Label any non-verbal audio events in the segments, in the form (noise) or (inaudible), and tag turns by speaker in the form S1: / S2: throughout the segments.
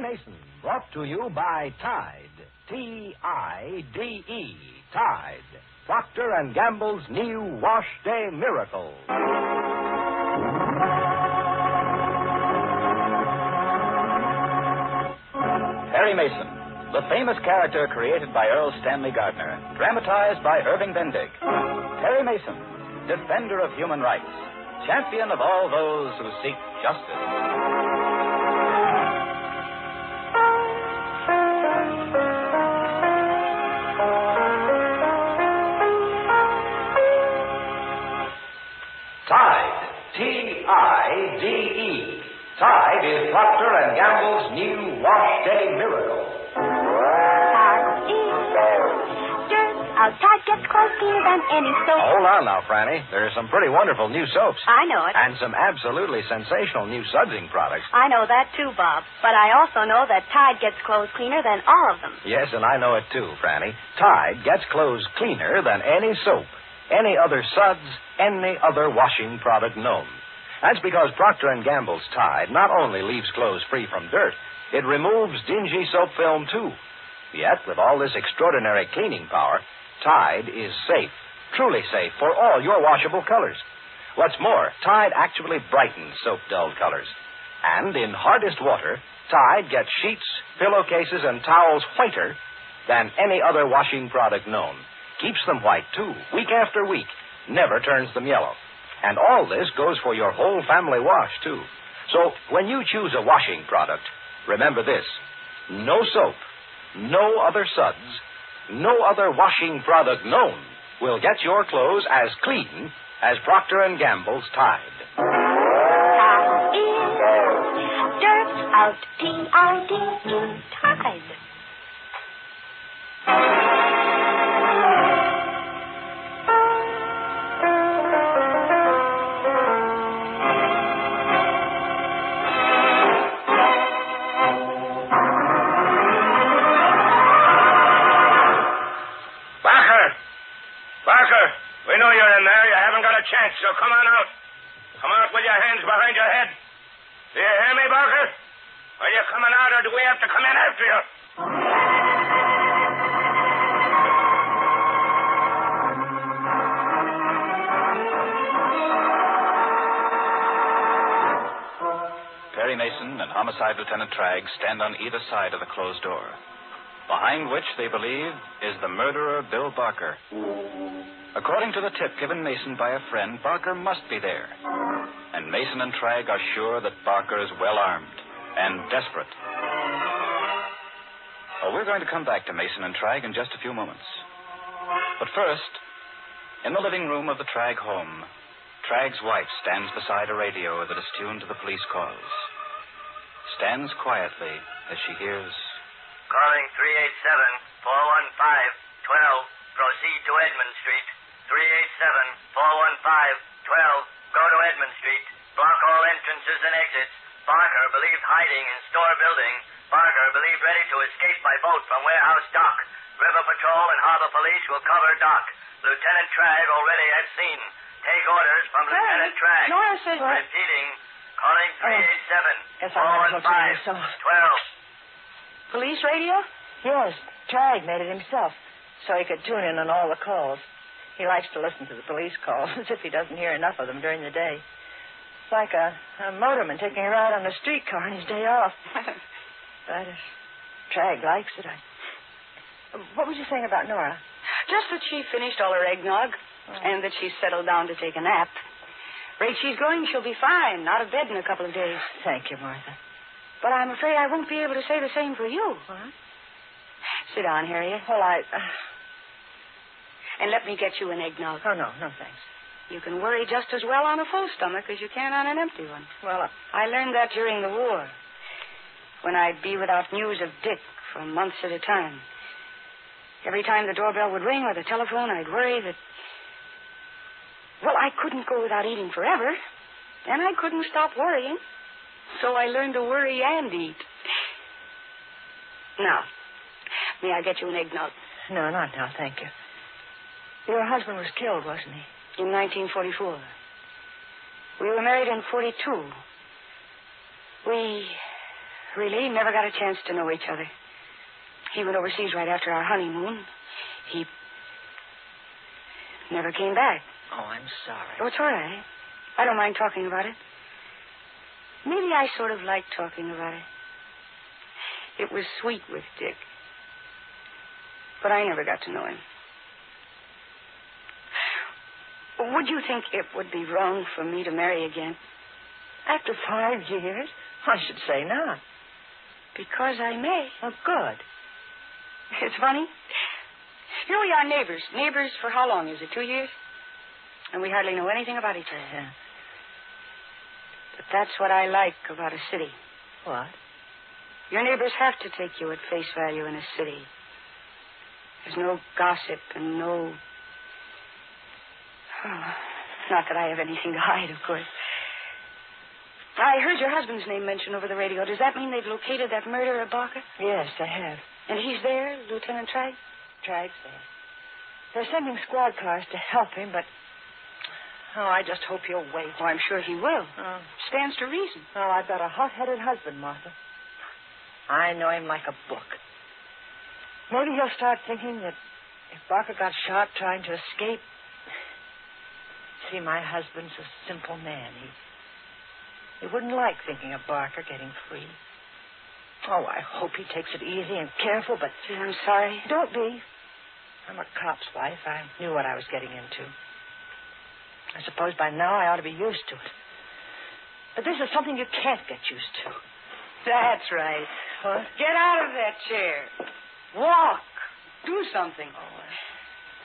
S1: Mason, brought to you by Tide. T-I-D-E. E. Tide. Procter and Gamble's new wash day miracle. Harry Mason, the famous character created by Earl Stanley Gardner, dramatized by Irving Bendig. Harry Mason, defender of human rights, champion of all those who seek justice. Tide. T-I-D-E. E. Tide is Procter and Gamble's new wash day miracle.
S2: Tide is just as Tide gets close cleaner than any soap.
S1: Hold on now, Franny. There are some pretty wonderful new soaps.
S2: I know it.
S1: And some absolutely sensational new sudsing products.
S2: I know that too, Bob. But I also know that Tide gets clothes cleaner than all of them.
S1: Yes, and I know it too, Franny. Tide gets clothes cleaner than any soap, any other suds, any other washing product known. That's because Procter & Gamble's Tide not only leaves clothes free from dirt, it removes dingy soap film too. Yet, with all this extraordinary cleaning power, Tide is safe, truly safe for all your washable colors. What's more, Tide actually brightens soap dulled colors. And in hardest water, Tide gets sheets, pillowcases, and towels whiter than any other washing product known. Keeps them white, too, week after week, never turns them yellow. And all this goes for your whole family wash, too. So when you choose a washing product, remember this no soap, no other suds, no other washing product known will get your clothes as clean as Procter & Gamble's Tide.
S2: Tide is dirt out. T-I-D-E. E, Tide.
S3: Barker! Barker! We know you're in there. You haven't got a chance, so come on out. Come out with your hands behind your head. Do you hear me, Barker? Are you coming out, or do we have to come in after you?
S4: Perry Mason and Homicide Lieutenant Tragg stand on either side of the closed door, behind which they believe is the murderer, Bill Barker. According to the tip given Mason by a friend, Barker must be there. And Mason and Tragg are sure that Barker is well armed and desperate. Oh, we're going to come back to Mason and Tragg in just a few moments. But first, in the living room of the Tragg home, Tragg's wife stands beside a radio that is tuned to the police calls. Stands quietly as she hears.
S5: Calling 387 415 12. Proceed to Edmond Street. 387 415 12. Go to Edmond Street. Block all entrances and exits. Barker believed hiding in store building. Barker believed ready to escape by boat from warehouse dock. River Patrol and Harbor Police will cover dock. Lieutenant Tragg already at scene. Take orders from Lieutenant Tragg.
S6: Nora says-
S5: Repeating. Calling 387
S6: Guess I'll have to look for myself.
S5: 12.
S6: Police radio? Yes. Trag made it himself, so he could tune in on all the calls. He likes to listen to the police calls, (laughs) as if he doesn't hear enough of them during the day. It's like a, a motorman taking a ride on a streetcar on his day off. but if Trag likes it, I. What was you saying about Nora? Oh.
S7: Just that she finished all her eggnog and that she's settled down to take a nap. Rate she's going, she'll be fine. Out of bed in a couple of days.
S6: Thank you, Martha.
S7: But I'm afraid I won't be able to say the same for you.
S6: What?
S7: Sit down, Harriet,
S6: Well, I. uh,
S7: and let me get you an eggnog.
S6: oh, no, no, thanks.
S7: You can worry just as well on a full stomach as you can on an empty one.
S6: Well, uh,
S7: I learned that during the war, when I'd be without news of Dick for months at a time. Every time the doorbell would ring or the telephone, I'd worry that. Well, I couldn't go without eating forever, and I couldn't stop worrying. So I learned to worry and eat. Now, may I get you an eggnog?
S6: no, not now, thank you. Your husband was killed, wasn't he?
S7: In 1944. We were married in 42. We. Really, never got a chance to know each other. He went overseas right after our honeymoon. He never came back.
S8: Oh, I'm sorry.
S7: Oh, it's all right. I don't mind talking about it. Maybe I sort of like talking about it. It was sweet with Dick. But I never got to know him. Would you think it would be wrong for me to marry again?
S6: After five years? I should say not.
S7: Because I may.
S6: Well, good.
S7: It's funny. Here we are neighbors. Neighbors for how long? Is it two years? And we hardly know anything about each other.
S6: Yeah.
S7: But that's what I like about a city.
S6: What?
S7: Your neighbors have to take you at face value in a city. There's no gossip and no. (sighs) Oh, not that I have anything to hide, of course. I heard your husband's name mentioned over the radio. Does that mean they've located that murderer, Barker?
S6: Yes, I have.
S7: And he's there, Lieutenant Tragg?
S6: Tragg's there. They're sending squad cars to help him, but. Oh, I just hope he'll wait.
S7: Oh, I'm sure he will.
S6: Oh,
S7: Stands to reason.
S6: oh I've got a hot headed husband, Martha. I know him like a book. Maybe he'll start thinking that if Barker got shot trying to escape. See, my husband's a simple man. He, he wouldn't like thinking of Barker getting free. Oh, I hope he takes it easy and careful, but
S7: Gee, I'm sorry.
S6: don't be. I'm a cop's wife. I knew what I was getting into. I suppose by now I ought to be used to it. But this is something you can't get used to.
S7: That's right.
S6: What?
S7: Get out of that chair. Walk. Do something.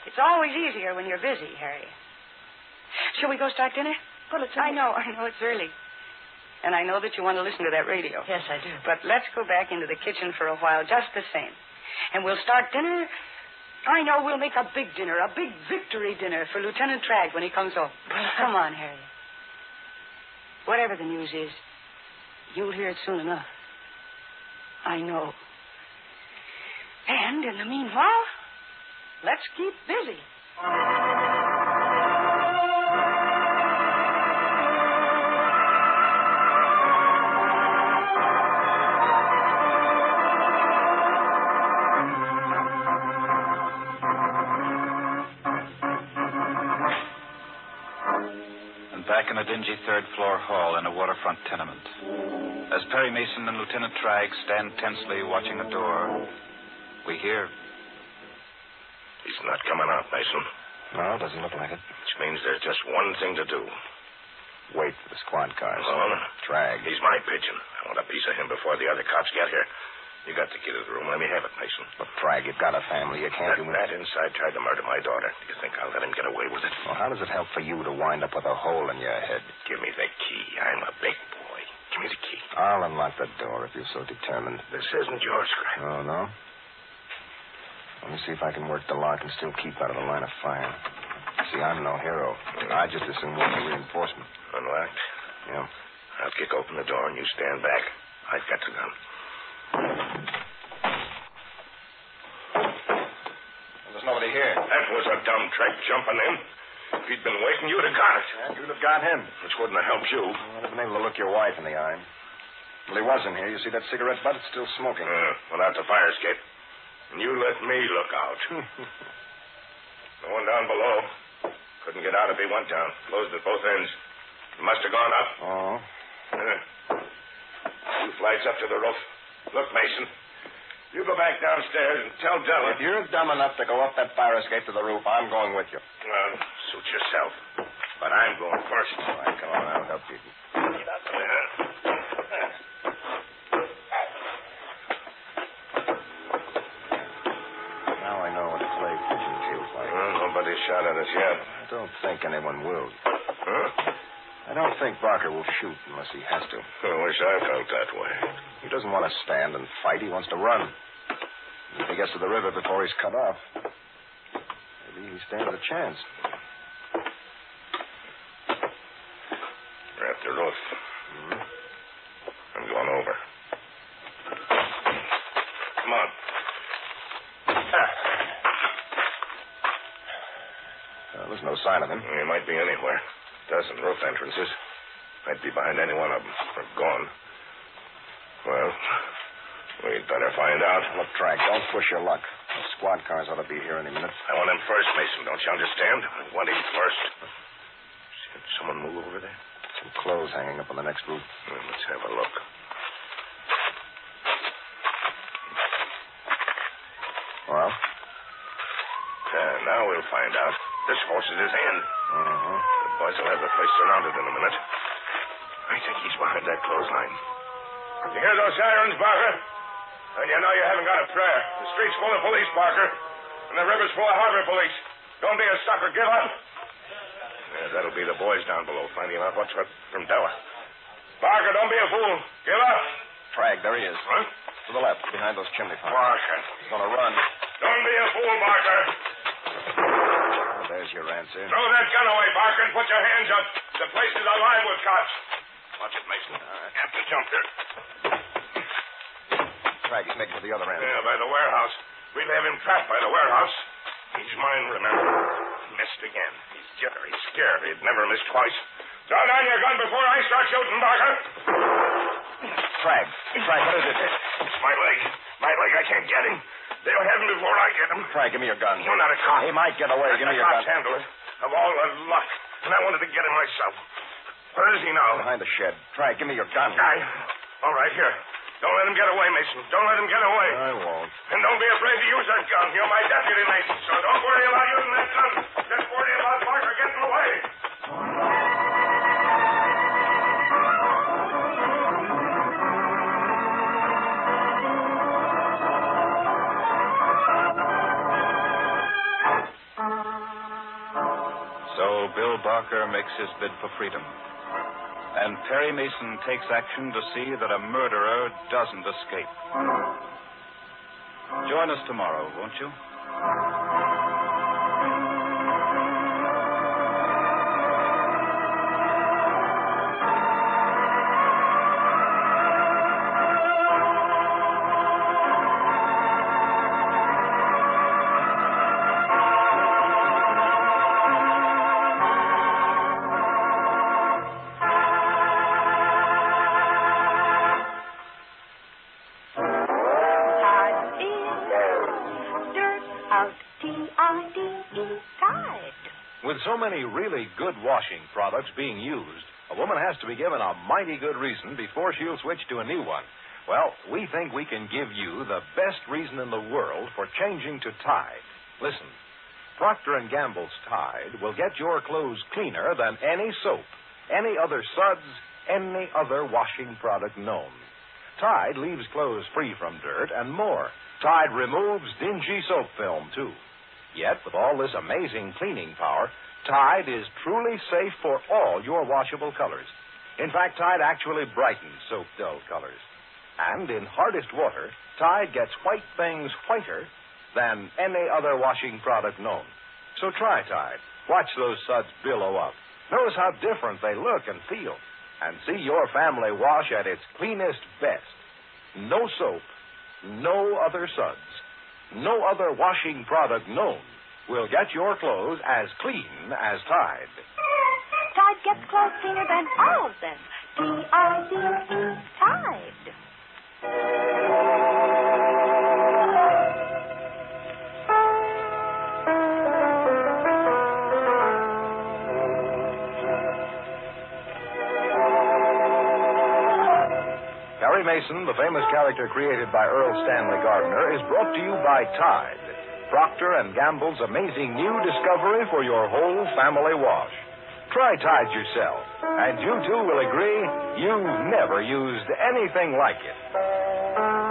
S7: It's always easier when you're busy, Harry. Shall we go start dinner?
S6: Well, it's
S7: I know, I know it's early. And I know that you want to listen to that radio.
S6: Yes, I do.
S7: But let's go back into the kitchen for a while, just the same. And we'll start dinner. I know we'll make a big dinner, a big victory dinner for Lieutenant Tragg when he comes
S6: (laughs)
S7: home. Come on, Harry. Whatever the news is, you'll hear it soon enough. I know. And in the meanwhile, let's keep busy.
S4: and back in a dingy third floor hall in a waterfront tenement. As Perry Mason and Lieutenant Tragg stand tensely watching the door, we hear.
S9: He's not coming out, Mason.
S10: No, doesn't look like it.
S9: Which means there's just one thing to do.
S10: Wait for the squad cars.
S9: Malone?
S10: Drag.
S9: He's my pigeon. I want a piece of him before the other cops get here. You got the key to the room. Let me have it, Mason.
S10: But Drag, you've got a family. You can't
S9: That,
S10: do
S9: that inside tried to murder my daughter. Do you think I'll let him get away with it?
S10: Well, how does it help for you to wind up with a hole in your head?
S9: Give me the key. I'm a big boy. Give me the key.
S10: I'll unlock the door if you're so determined.
S9: This isn't yours, Greg.
S10: Oh, no? Let me see if I can work the lock and still keep out of the line of fire. See, I'm no hero. I just assume want a reinforcement.
S9: Unlocked.
S10: Yeah.
S9: I'll kick open the door and you stand back. I've got the gun.
S4: There's nobody here.
S9: That was a dumb trick jumping in. If he'd been waiting, you'd have got it.
S10: You'd have got him.
S9: Which wouldn't have helped you.
S10: I'd have been able to look your wife in the eye. Well, he wasn't here. You see that cigarette butt? It's still smoking.
S9: Uh, without the fire escape. And you let me look
S10: (laughs)
S9: out. the one down below. Couldn't get out if he went down. Closed at both ends. He must have gone up.
S10: Oh.
S9: Uh, two flights up to the roof. Look, Mason. You go back downstairs and tell Della.
S10: If you're dumb enough to go up that fire escape to the roof, I'm going with you.
S9: Well, suit yourself. But I'm going first.
S10: All right, come on. I'll help you. Now I know what a clay pigeon feels like.
S9: Well, nobody shot at us yet.
S10: I don't think anyone will.
S9: Huh?
S10: I don't think Barker will shoot unless he has to.
S9: I wish I felt that way.
S10: He doesn't want to stand and fight. He wants to run. If he gets to the river before he's cut off, maybe he stands a chance.
S9: We're at the roof. I'm going over. Come on.
S10: Uh, there's no sign of him.
S9: He might be anywhere. Dozen roof entrances. Might be behind any one of them. Or gone. Well, we'd better find out.
S10: Look, Drag, don't push your luck. The squad cars ought to be here any minute.
S9: I want him first, Mason. Don't you understand? I want him first. Did someone move over there?
S10: Some clothes hanging up on the next roof.
S9: Well, let's have a look.
S10: Well?
S9: There, Uh, now we'll find out. This horse is his end.
S10: Mm-hmm.
S9: The boys will have the place surrounded in a minute. I think he's behind that clothesline. You hear those sirens, Barker? And you know you haven't got a prayer. The street's full of police, Barker. And the river's full of harbor police. Don't be a sucker. Give up. Yeah, Uh, that'll be the boys down below finding out what's what from Della. Barker, don't be a fool. Give up.
S10: Drag, there he is.
S9: Huh?
S10: To the left, behind those chimney pots.
S9: Barker.
S10: He's gonna run.
S9: Don't be a fool, Barker.
S10: Well, Oh, there's your answer.
S9: Throw that gun away, Barker, and put your hands up. The place is alive with cops. Watch it, Mason. You have to jump there.
S10: Drag, he's making for the other end.
S9: Yeah, by the warehouse. We'll have him trapped by the warehouse. He's mine, remember. Missed again. He's jittery, scared. He'd never miss twice. Throw down your gun before I start shooting, Barker.
S10: Drag, Drag, what is it?
S9: It's my leg. My leg. I can't get him. They'll have him before I get him.
S10: Drag, give me your gun.
S9: You're not a cop.
S10: He might get away. Give me
S9: the
S10: your gun.
S9: cops handle it. Of all the luck. And I wanted to get him myself. Where is he now?
S10: Behind the shed. Drag, give me your gun.
S9: I... All right, here. Don't let him get away, Mason. Don't let him get away.
S10: I won't.
S9: And don't be afraid to use that gun. You're my deputy, Mason, so don't worry about using that gun. Just worry about Parker getting away.
S4: So Bill Barker makes his bid for freedom. And Perry Mason takes action to see that a murderer doesn't escape. Join us tomorrow, won't you?
S2: Tide in, dirt out, T-I-D-E, E, tide.
S10: With so many really good washing products being used, a woman has to be given a mighty good reason before she'll switch to a new one. Well, we think we can give you the best reason in the world for changing to Tide. Listen, Procter & Gamble's Tide will get your clothes cleaner than any soap, any other suds, any other washing product known. Tide leaves clothes free from dirt and more. Tide removes dingy soap film, too. Yet, with all this amazing cleaning power, Tide is truly safe for all your washable colors. In fact, Tide actually brightens soap dull colors. And in hardest water, Tide gets white things whiter than any other washing product known. So try Tide. Watch those suds billow up. Notice how different they look and feel. And see your family wash at its cleanest best. No soap, no other suds no other washing product known will get your clothes as clean as Tide.
S2: Tide gets clothes cleaner than all of them. T-I-D-E, Tide.
S10: Harry Mason, the famous character created by Earl Stanley Gardner, is brought to you by Tide, Procter and Gamble's amazing new discovery for your whole family wash. Try Tide yourself, and you too will agree you've never used anything like it.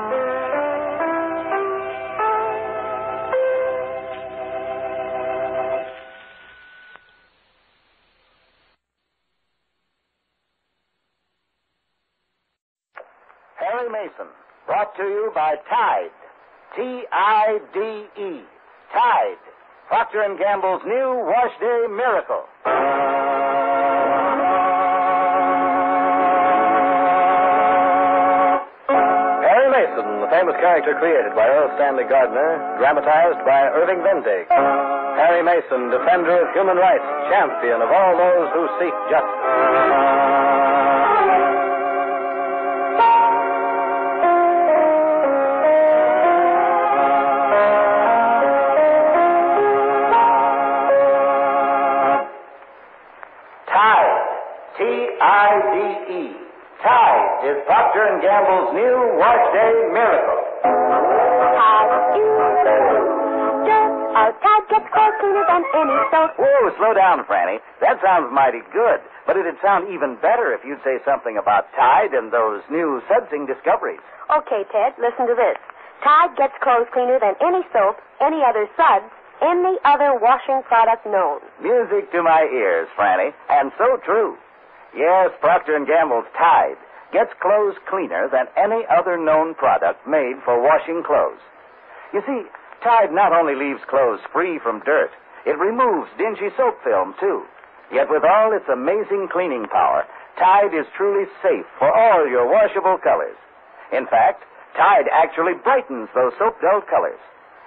S8: Harry Mason, brought to you by Tide.
S11: E.
S8: T-I-D-E. Tide. Procter & Gamble's new wash day miracle. Harry Mason, the famous character created by Earl Stanley Gardner, dramatized by Irving Vendig. Harry Mason, defender of human rights, champion of all those who seek justice.
S11: T-I-D-E. E. Tide is Procter & Gamble's new wash day miracle.
S2: Tide is just a Tide gets clothes cleaner than any soap.
S11: Whoa, slow down, Franny. That sounds mighty good. But it'd sound even better if you'd say something about Tide and those new sudsing discoveries.
S2: Okay, Ted, listen to this. Tide gets clothes cleaner than any soap, any other suds, any other washing product known.
S11: Music to my ears, Franny, and so true. Yes, Procter & Gamble's Tide gets clothes cleaner than any other known product made for washing clothes. You see, Tide not only leaves clothes free from dirt, it removes dingy soap film, too. Yet with all its amazing cleaning power, Tide is truly safe for all your washable colors. In fact, Tide actually brightens those soap dull colors.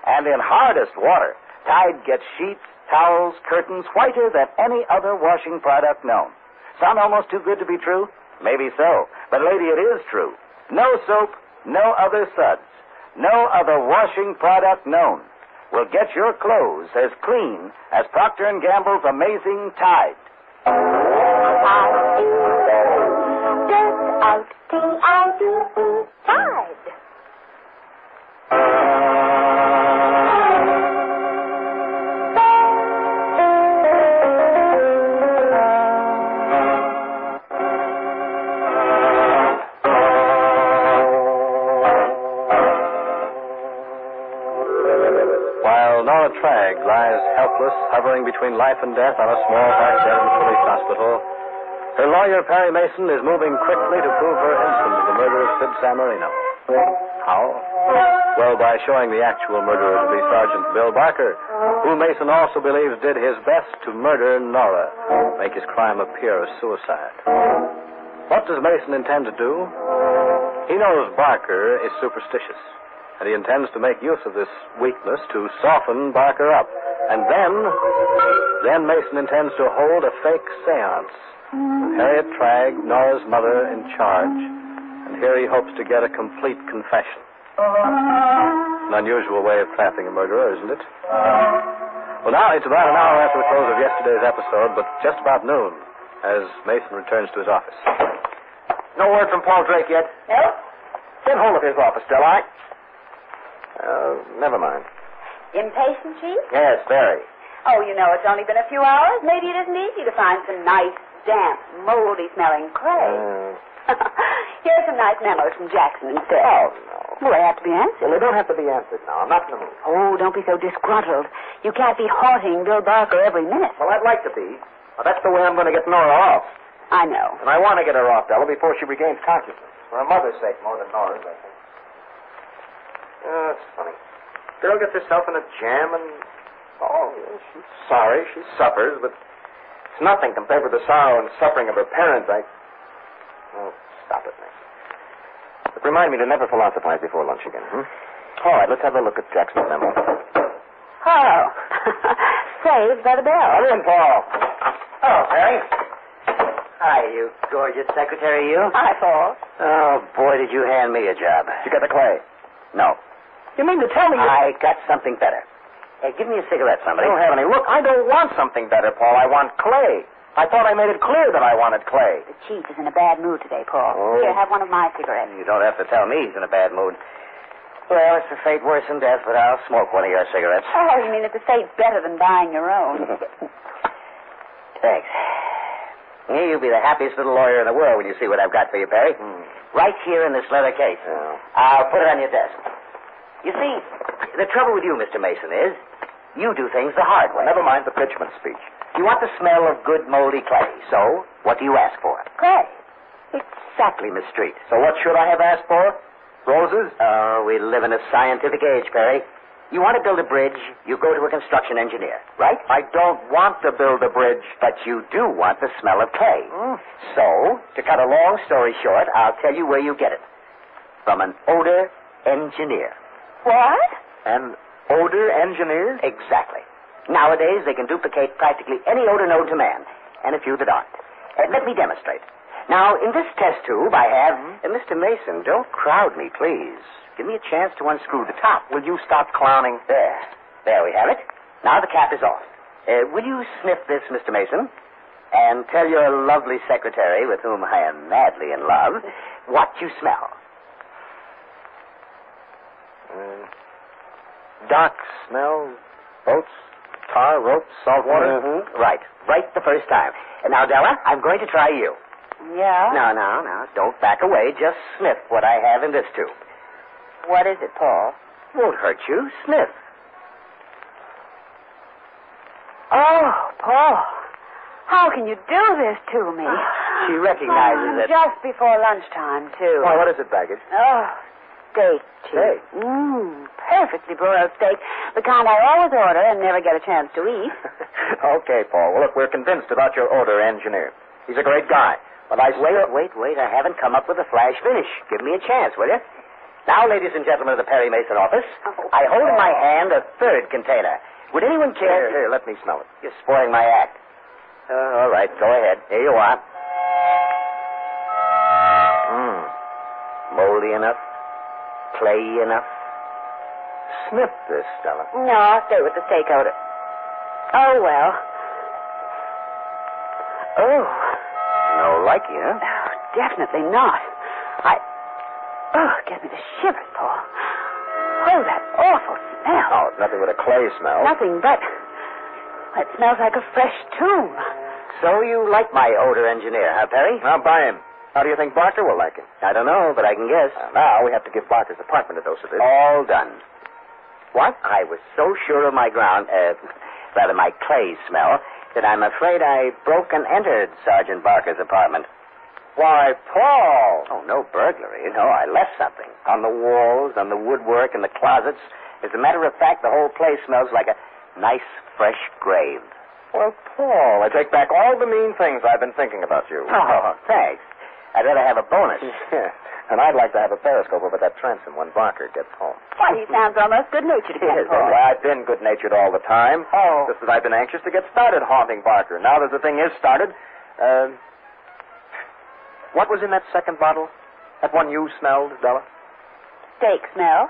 S11: And in hardest water, Tide gets sheets, towels, curtains whiter than any other washing product known. Sound almost too good to be true? Maybe so. But, lady, it is true. No soap, no other suds, no other washing product known will get your clothes as clean as Procter & Gamble's amazing Tide.
S2: Tide is just out. T-I-D-E. Tide.
S11: While Nora Tragg lies helpless, hovering between life and death on a small back bed in the police hospital, her lawyer, Perry Mason, is moving quickly to prove her innocent of the murder of Sid Samarino. How? Well, by showing the actual murderer to be Sergeant Bill Barker, who Mason also believes did his best to murder Nora, make his crime appear a suicide. What does Mason intend to do? He knows Barker is superstitious, and he intends to make use of this weakness to soften Barker up. And then, then Mason intends to hold a fake seance. with Harriet Tragg, Nora's mother, in charge, and here he hopes to get a complete confession.
S12: Uh,
S11: An unusual way of trapping a murderer, isn't it? Well, now it's about an hour after the close of yesterday's episode, but just about noon, as Mason returns to his office. No word from Paul Drake yet? No. Get hold of his office, Del, I. Uh, never mind.
S13: Impatient, Chief?
S11: Yes, very.
S13: Oh, you know, it's only been a few hours. Maybe it isn't easy to find some nice, damp, moldy smelling clay. (laughs)
S12: Uh,
S13: Here's a nice memo from Jackson instead.
S12: Oh, no.
S13: Well, they have to be answered.
S12: Well, they don't have to be answered now. I'm not in the mood.
S13: Oh, don't be so disgruntled. You can't be haunting Bill Barker every minute.
S12: Well, I'd like to be. Well, that's the way I'm going to get Nora off.
S13: I know.
S12: And I want to get her off, Della, before she regains consciousness. For her mother's sake, more than Nora's, I think. Oh, that's funny. Girl gets herself in a jam and. Oh, yeah, she's sorry. She suffers, but it's nothing compared with the sorrow and suffering of her parents. I. Oh, stop it, Nick. But remind me to never philosophize before lunch again, hmm? All right, let's have a look at Jackson's memo. (laughs)
S2: (laughs)
S13: Oh. Saved by the bell.
S12: in, Paul.
S5: Hello, Perry. Hi, you gorgeous secretary, you.
S13: Hi, Paul.
S5: Oh, boy, did you hand me a job.
S12: Did you get the clay?
S5: No.
S12: You mean to tell me you...
S5: I got something better. Hey, give me a cigarette,
S12: I
S5: somebody.
S12: don't have any. Look, I don't want something better, Paul. I want clay. I thought I made it clear that I wanted clay.
S13: The chief is in a bad mood today, Paul.
S12: Oh.
S13: Here, have one of my cigarettes.
S5: You don't have to tell me he's in a bad mood. Well, it's a fate worse than death, but I'll smoke one of your cigarettes.
S13: Oh, you mean it's a fate's better than buying your own?
S12: (laughs)
S5: Thanks. Yeah, you'll be the happiest little lawyer in the world when you see what I've got for you, Perry.
S12: Hmm.
S5: Right here in this leather case. I'll put it on your desk. You see, the trouble with you, Mr. Mason, is you do things the hard way.
S12: Never mind the pitchman speech.
S5: You want the smell of good moldy clay, so what do you ask for?
S13: Clay.
S5: Exactly, Miss Street.
S12: So what should I have asked for? Roses?
S5: Oh, we live in a scientific age, Perry. You want to build a bridge, you go to a construction engineer, right?
S12: I don't want to build a bridge.
S5: But you do want the smell of clay. So, to cut a long story short, I'll tell you where you get it. From an odor engineer.
S13: What?
S12: An odor engineer?
S5: Exactly. Nowadays, they can duplicate practically any odor known to man, and a few that aren't. Uh, let me demonstrate. Now, in this test tube, I have. Uh, Mr. Mason, don't crowd me, please. Give me a chance to unscrew the top.
S12: Will you stop clowning?
S5: There. There we have it. Now the cap is off. Uh, will you sniff this, Mr. Mason? and tell your lovely secretary, with whom I am madly in love, what you smell.
S8: Uh, docks, smells, boats, tar, ropes, salt water.
S14: Mm-hmm.
S5: Mhm. Right. Right the first time. And now, Della, I'm going to try you.
S14: Yeah?
S5: No, no, no. Don't back away. Just sniff what I have in this tube.
S14: What is it, Paul?
S5: Won't hurt you. Sniff.
S14: Oh, Paul. How can you do this to me?
S5: She
S14: Oh,
S5: recognizes it.
S14: Just before lunchtime, too.
S12: Why, what is it, Baggage?
S14: Oh, steak, too.
S12: Steak?
S14: Mmm, perfectly broiled steak. The kind I always order and never get a chance to eat.
S12: okay, Paul. Well, look, we're convinced about your order, engineer. He's a great guy. But I
S5: Wait, wait, wait. I haven't come up with a flash finish. Give me a chance, will you? Now, ladies and gentlemen of the Perry Mason office, I hold in my hand a third container. Would anyone care?
S12: Here, here, let me smell it.
S5: You're spoiling my act. Uh, all right, go ahead. Here you are.
S12: Mm.
S5: Hmm. Moldy enough, clay enough.
S12: Sniff this, Stella.
S14: No, I'll stay with the steak odor. Oh, well. Oh,
S5: No likey, huh?
S14: definitely not. I. Oh, it gives me the shivers, Paul. Oh, that awful smell.
S12: Oh, nothing but a clay smell.
S14: Nothing but. It smells like a fresh tomb.
S5: So you like my odor engineer, huh, Perry?
S12: Now, buy him. How do you think Barker will like him?
S5: I don't know, but I can guess.
S12: Now, now we have to give Barker's apartment a dose of this.
S5: All done. What? I was so sure of my ground, uh, rather my clay smell, that I'm afraid I broke and entered Sergeant Barker's apartment.
S12: Why, Paul!
S5: Oh, no burglary. No, I left something. On the walls, on the woodwork, in the closets. As a matter of fact, the whole place smells like a nice, fresh grave.
S12: Well, Paul, I take back all the mean things I've been thinking about you.
S5: Oh, thanks. I'd rather have a bonus.
S12: Yeah. And I'd like to have a periscope over that transom when Barker gets home.
S14: Why, he sounds almost good natured
S12: Yes,
S14: Paul.
S12: well, I've been good natured all the time.
S14: Oh.
S12: Just that I've been anxious to get started haunting Barker. Now that the thing is started, um, what was in that second bottle? That one you smelled, Della?
S14: Steak smell.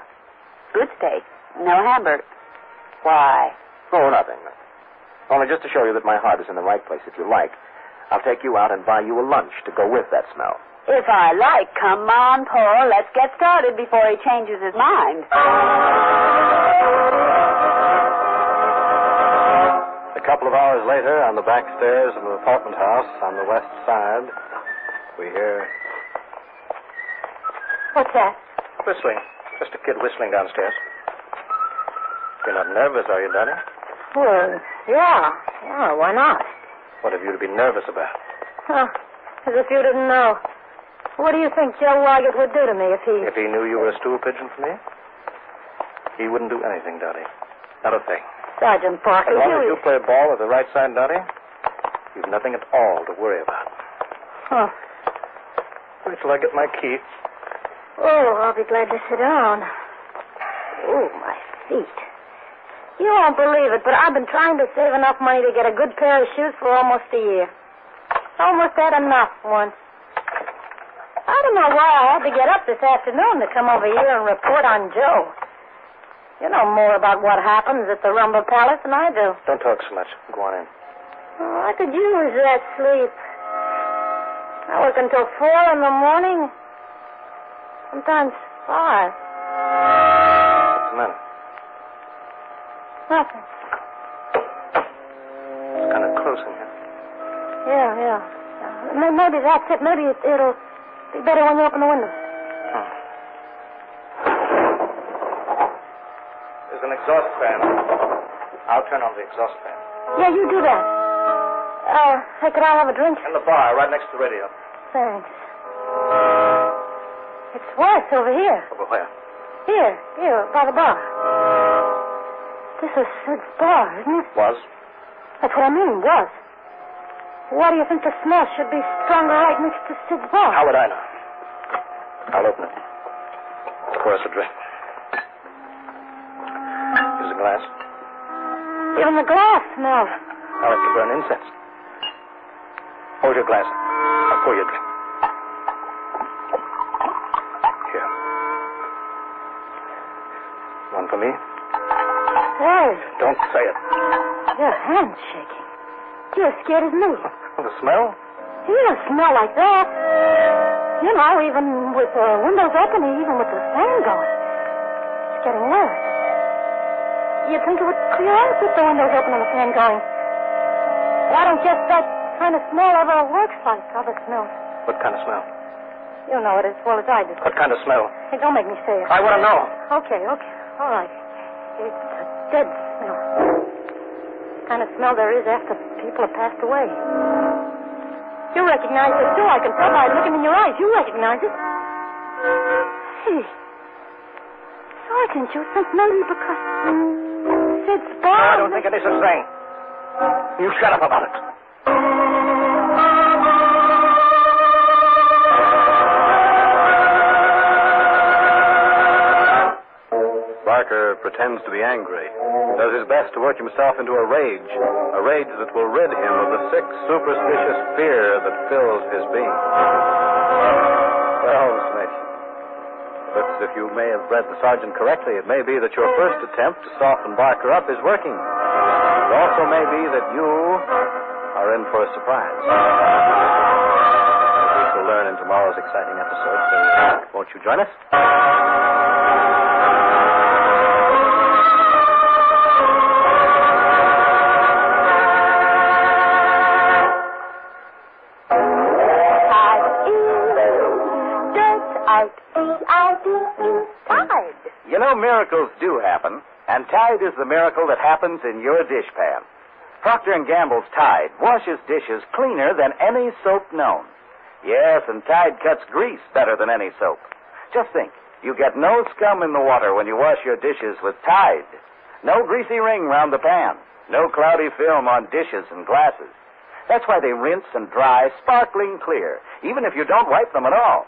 S14: Good steak. No hamburger. Why?
S12: Oh, nothing. Only just to show you that my heart is in the right place, if you like, I'll take you out and buy you a lunch to go with that smell.
S14: If I like, come on, Paul. Let's get started before he changes his mind.
S8: A couple of hours later, on the back stairs of an apartment house on the west side, we hear
S14: What's that?
S12: Whistling. Just a kid whistling downstairs. You're not nervous, are you, Donnie?
S14: Well, yeah. Yeah, why not?
S12: What have you to be nervous about?
S14: Huh. As if you didn't know. What do you think Joe Wygant would do to me if he...
S12: If he knew you were a stool pigeon for me, he wouldn't do anything, Dottie. Not a thing.
S14: Sergeant
S12: As
S14: Parker,
S12: long as you play ball with the right side, Dottie, you've nothing at all to worry about.
S14: Oh.
S12: Wait till I get my key.
S14: oh, I'll be glad to sit down. Oh, my feet. You won't believe it, but I've been trying to save enough money to get a good pair of shoes for almost a year. Almost had enough once. I don't know why I had to get up this afternoon to come over here and report on Joe. You know more about what happens at the Rumble Palace than I do.
S12: Don't talk so much. Go on in.
S14: Oh, I could use that sleep. I work until four in the morning, sometimes five.
S12: What's the matter?
S14: Nothing.
S12: It's kind of close in here.
S14: Yeah, yeah. yeah. May- Maybe that's it. Maybe it, it'll be better when you open the window.
S12: Hmm. There's an exhaust fan. I'll turn on the exhaust fan.
S14: Yeah, you do that. Uh, hey, could I have a drink?
S12: In the bar, right next to the radio.
S14: Thanks. It's worse over here.
S12: Over where?
S14: Here, here, by the bar. This is Sid's bar, isn't it?
S12: Was.
S14: That's what I mean, was. Why do you think the smell should be stronger right next to Sid's bar?
S12: How would I know? I'll open it. Pour us a drink. Here's a glass.
S14: Even the glass smells.
S12: I'll have to burn incense. Hold your glass. I'll pour you a drink. Here. One for me.
S14: Hey,
S12: Don't say it.
S14: your hand's shaking. You're as scared as me.
S15: The smell?
S14: You don't smell like that. You know, even with the windows open, and even with the fan going, it's getting worse. You'd think it would clear out with the windows open and the fan going. Why don't just that kind of smell ever works like other smells?
S15: What kind of smell?
S14: You know it as well as I do.
S15: What kind of smell?
S14: Hey, don't make me say it.
S15: I want to know.
S14: Okay, okay. All right. It's a dead smell. Kind of smell there is after people have passed away. You recognize it, too. I can tell by looking in your eyes. You recognize it. Gee. Sergeant, you think maybe because Sid Spall...
S15: I don't think it is a thing. You shut up about it.
S8: Barker pretends to be angry, does his best to work himself into a rage, a rage that will rid him of the sick, superstitious fear that fills his being. Well, Smith, but if you may have read the sergeant correctly, it may be that your first attempt to soften Barker up is working. It also may be that you are in for a surprise. We shall learn in tomorrow's exciting episode, so won't you join us?
S11: You know, miracles do happen, and Tide is the miracle that happens in your dish pan. Procter & Gamble's Tide washes dishes cleaner than any soap known. Yes, and Tide cuts grease better than any soap. Just think, you get no scum in the water when you wash your dishes with Tide. No greasy ring round the pan. No cloudy film on dishes and glasses. That's why they rinse and dry sparkling clear, even if you don't wipe them at all.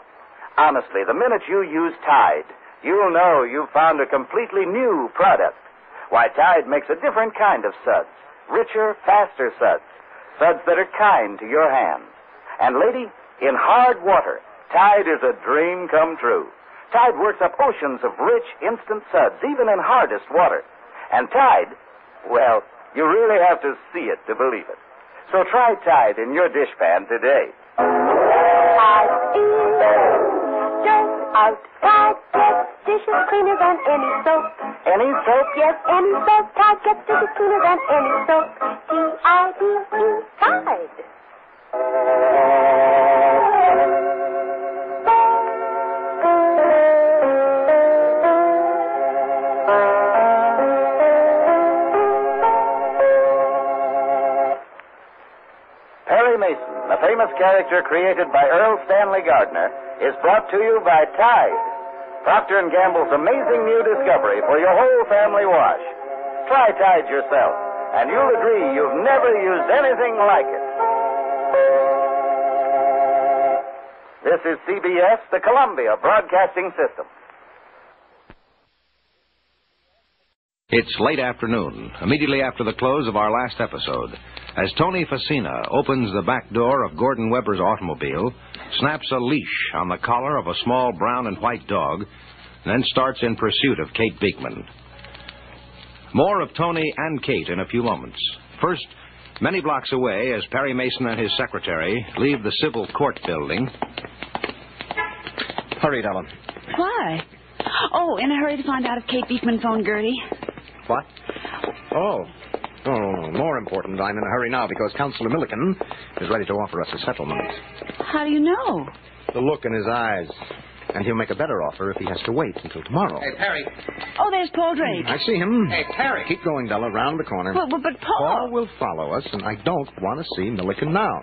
S11: Honestly, the minute you use Tide, you'll know you've found a completely new product. Why, Tide makes a different kind of suds. Richer, faster suds. Suds that are kind to your hand. And lady, in hard water, Tide is a dream come true. Tide works up oceans of rich, instant suds, even in hardest water. And Tide, well, you really have to see it to believe it. So try Tide in your dishpan today.
S2: Dirt out. Tide gets dishes cleaner than any soap.
S11: Any soap?
S2: Yes, any soap. Tide gets dishes cleaner than any soap. T-I-D-E, Tide.
S11: Perry Mason, the famous character created by Earl Stanley Gardner, is brought to you by Tide, Procter & Gamble's amazing new discovery for your whole family wash. Try Tide yourself, and you'll agree you've never used anything like it. This is CBS, the Columbia Broadcasting System.
S1: It's late afternoon, immediately after the close of our last episode, as Tony Facina opens the back door of Gordon Weber's automobile, snaps a leash on the collar of a small brown and white dog, and then starts in pursuit of Kate Beekman. More of Tony and Kate in a few moments. First, many blocks away, as Perry Mason and his secretary leave the civil court building. Hurry, Ellen.
S13: Why? Oh, in a hurry to find out if Kate Beekman phoned Gertie.
S12: What? Oh. No, no,
S13: Oh,
S12: no. More important, I'm in a hurry now because Counselor Milliken is ready to offer us a settlement.
S13: How do you know?
S12: The look in his eyes. And he'll make a better offer if he has to wait until tomorrow.
S16: Hey, Perry.
S13: Oh, there's Paul Drake.
S12: I see him.
S16: Hey, Perry.
S12: Keep going, Della, round the corner.
S13: But, but, but Paul.
S12: Paul will follow us, and I don't want to see Milliken now.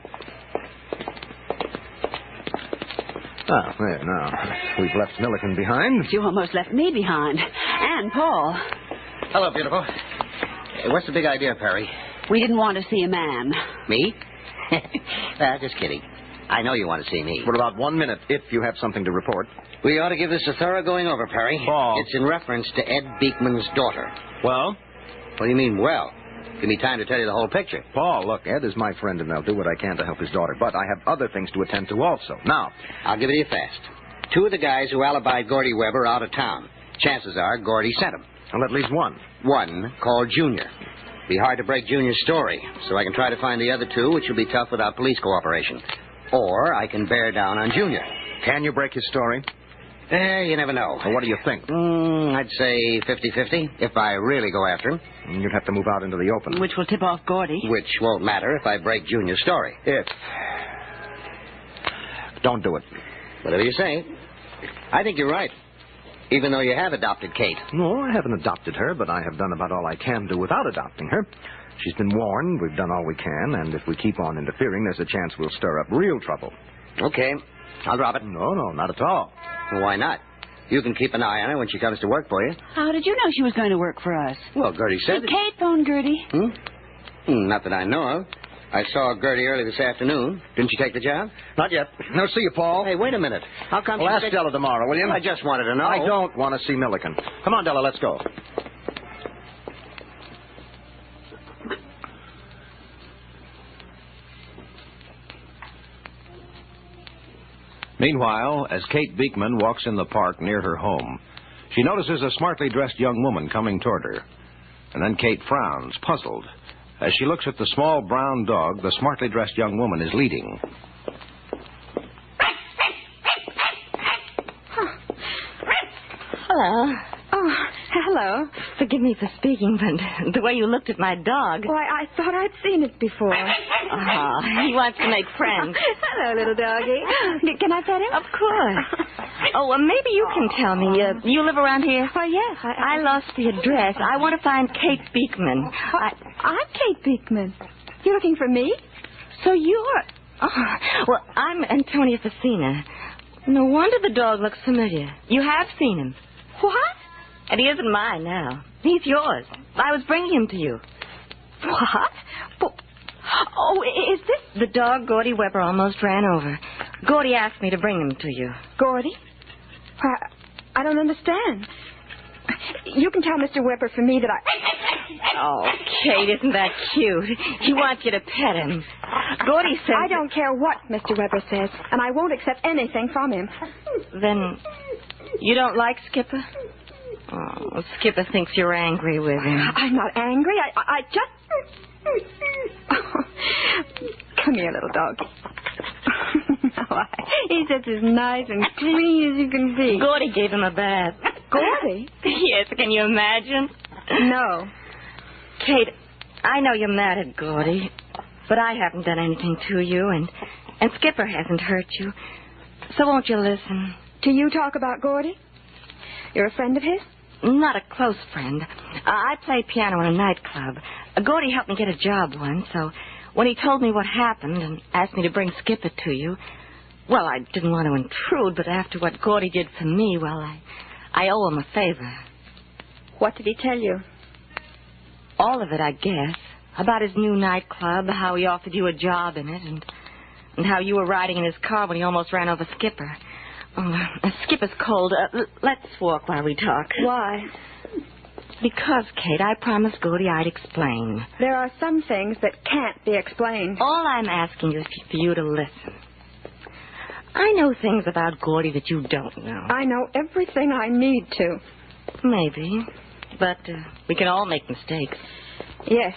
S12: Ah, there, now. We've left Milliken behind.
S13: You almost left me behind. And Paul.
S16: Hello, beautiful. Hey, What's the big idea, Perry?
S13: We didn't want to see a man.
S16: Me? (laughs) nah, just kidding. I know you want to see me.
S12: For about one minute, if you have something to report.
S16: We ought to give this a thorough going over, Perry.
S12: Paul.
S16: It's in reference to Ed Beekman's daughter.
S12: Well?
S16: What do you mean, well? Give me time to tell you the whole picture.
S12: Paul, look, Ed is my friend, and I'll do what I can to help his daughter. But I have other things to attend to also. Now,
S16: I'll give it to you fast. Two of the guys who alibied Gordy Weber are out of town. Chances are Gordy sent them.
S12: well, at least one.
S16: One called Junior. Be hard to break Junior's story, so I can try to find the other two, which will be tough without police cooperation. Or I can bear down on Junior.
S13: Can you break his story?
S16: Eh, you never know.
S13: Well, what do you think?
S16: Mm, I'd say 50 50 if I really go after him.
S13: Mm, You'd have to move out into the open.
S17: Which will tip off Gordy.
S16: Which won't matter if I break Junior's story.
S13: If. Don't do it.
S16: Whatever you say. I think you're right. Even though you have adopted Kate.
S13: No, I haven't adopted her, but I have done about all I can do without adopting her. She's been warned. We've done all we can, and if we keep on interfering, there's a chance we'll stir up real trouble.
S16: Okay. I'll drop it.
S13: No, no, not at all.
S16: Well, why not? You can keep an eye on her when she comes to work for you.
S17: How did you know she was going to work for us?
S16: Well, Gertie said.
S17: Did Kate phone Gertie?
S16: Hmm? Hmm, Not that I know of. I saw Gertie early this afternoon. Didn't she take the job?
S13: Not yet. No, see you, Paul.
S16: Hey, wait a minute. How come
S13: Well,
S16: she
S13: ask
S16: said-
S13: Della tomorrow, will you?
S16: I just wanted to know.
S13: I don't want to see Milliken. Come on, Della, let's go.
S1: Meanwhile, as Kate Beekman walks in the park near her home, she notices a smartly dressed young woman coming toward her. And then Kate frowns, puzzled, as she looks at the small brown dog the smartly dressed young woman is leading.
S18: Hello. Oh, hello. Forgive me for speaking, but (laughs) the way you looked at my dog. Why, I thought I'd seen it (laughs) before. Oh,
S17: Uh-huh. (laughs)
S18: he wants to make (laughs) friends. hello, little doggy. Can I pet him? Of course. (laughs) Oh, well, maybe you can tell me. Uh, you live around here? Why, yes. I, lost the address. I want to find Kate Beekman. I, Oh, I'm Kate Beekman. You're looking for me? So you're. Oh, well, I'm Antonia Facina. No wonder the dog looks familiar. You have seen him. What? And he isn't mine now. He's yours. I was bringing him to you. What? But- oh, i- is this the dog Gordy Weber almost ran over?
S17: Gordy asked me to bring him to you.
S18: Gordy? I, I don't understand. You can tell Mr. Weber for me that I.
S17: Oh, Kate, isn't that cute? He wants you to pet him. Gordy says.
S18: I don't care what Mr. Weber says, and I won't accept anything from him.
S17: Then you don't like Skipper? Oh, Skipper thinks you're angry with him.
S18: I'm not angry. I, I, I just. (laughs) Come here, little dog. (laughs) Now, I- He's just as nice and clean as you can be.
S17: Gordy gave him a bath.
S18: Gordy?
S17: (laughs) yes, can you imagine?
S18: No.
S17: Kate, I know you're mad at Gordy, but I haven't done anything to you, and, and Skipper hasn't hurt you. So won't you listen?
S18: Do you talk about Gordy? You're a friend of his?
S17: Not a close friend. Uh, I played piano in a nightclub. Uh, Gordy helped me get a job once, so when he told me what happened and asked me to bring Skipper to you, well, I didn't want to intrude, but after what Gordy did for me, well, I, I owe him a favor.
S18: What did he tell you?
S17: All of it, I guess. About his new nightclub, how he offered you a job in it, and, and how you were riding in his car when he almost ran over Skipper. Oh, uh, Skipper's cold. Uh, l- let's walk while we talk.
S18: Why?
S17: Because, Kate, I promised Gordy I'd explain.
S18: There are some things that can't be explained.
S17: All I'm asking is for you to listen. I know things about Gordy that you don't know.
S18: I know everything I need to.
S17: Maybe. But uh, we can all make mistakes.
S18: Yes.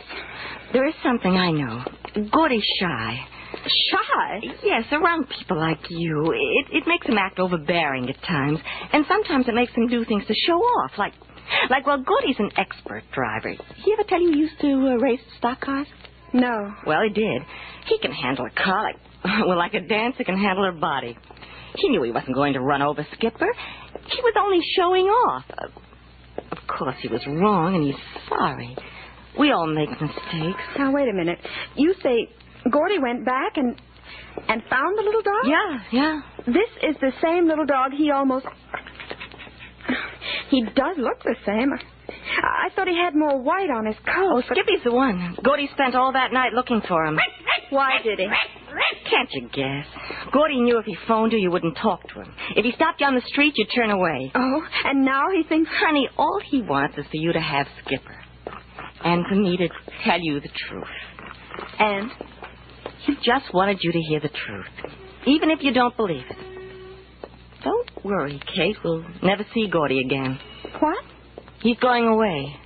S17: There is something I know. Gordy's shy.
S18: Shy?
S17: Yes, around people like you. It, it makes him act overbearing at times. And sometimes it makes him do things to show off. Like, like well, Gordy's an expert driver. He ever tell you he used to uh, race stock cars?
S18: No.
S17: Well, he did. He can handle a car like, (laughs) well, like a dancer can handle her body. He knew he wasn't going to run over Skipper. He was only showing off. Uh, Of course, he was wrong, and he's sorry. We all make mistakes.
S18: Now, wait a minute. You say Gordy went back and and found the little dog?
S17: Yeah, yeah.
S18: This is the same little dog he almost. He does look the same. I I thought he had more white on his coat. but-
S17: Oh, Skippy's the one. Gordy spent all that night looking for him.
S18: Why did he?
S17: Can't you guess? Gordy knew if he phoned you, you wouldn't talk to him. If he stopped you on the street, you'd turn away.
S18: Oh, and now he thinks.
S17: Honey, all he wants is for you to have Skipper. And for me to tell you the truth.
S18: And?
S17: He just wanted you to hear the truth, even if you don't believe it. Don't worry, Kate. We'll never see Gordy again.
S18: What?
S17: He's going away.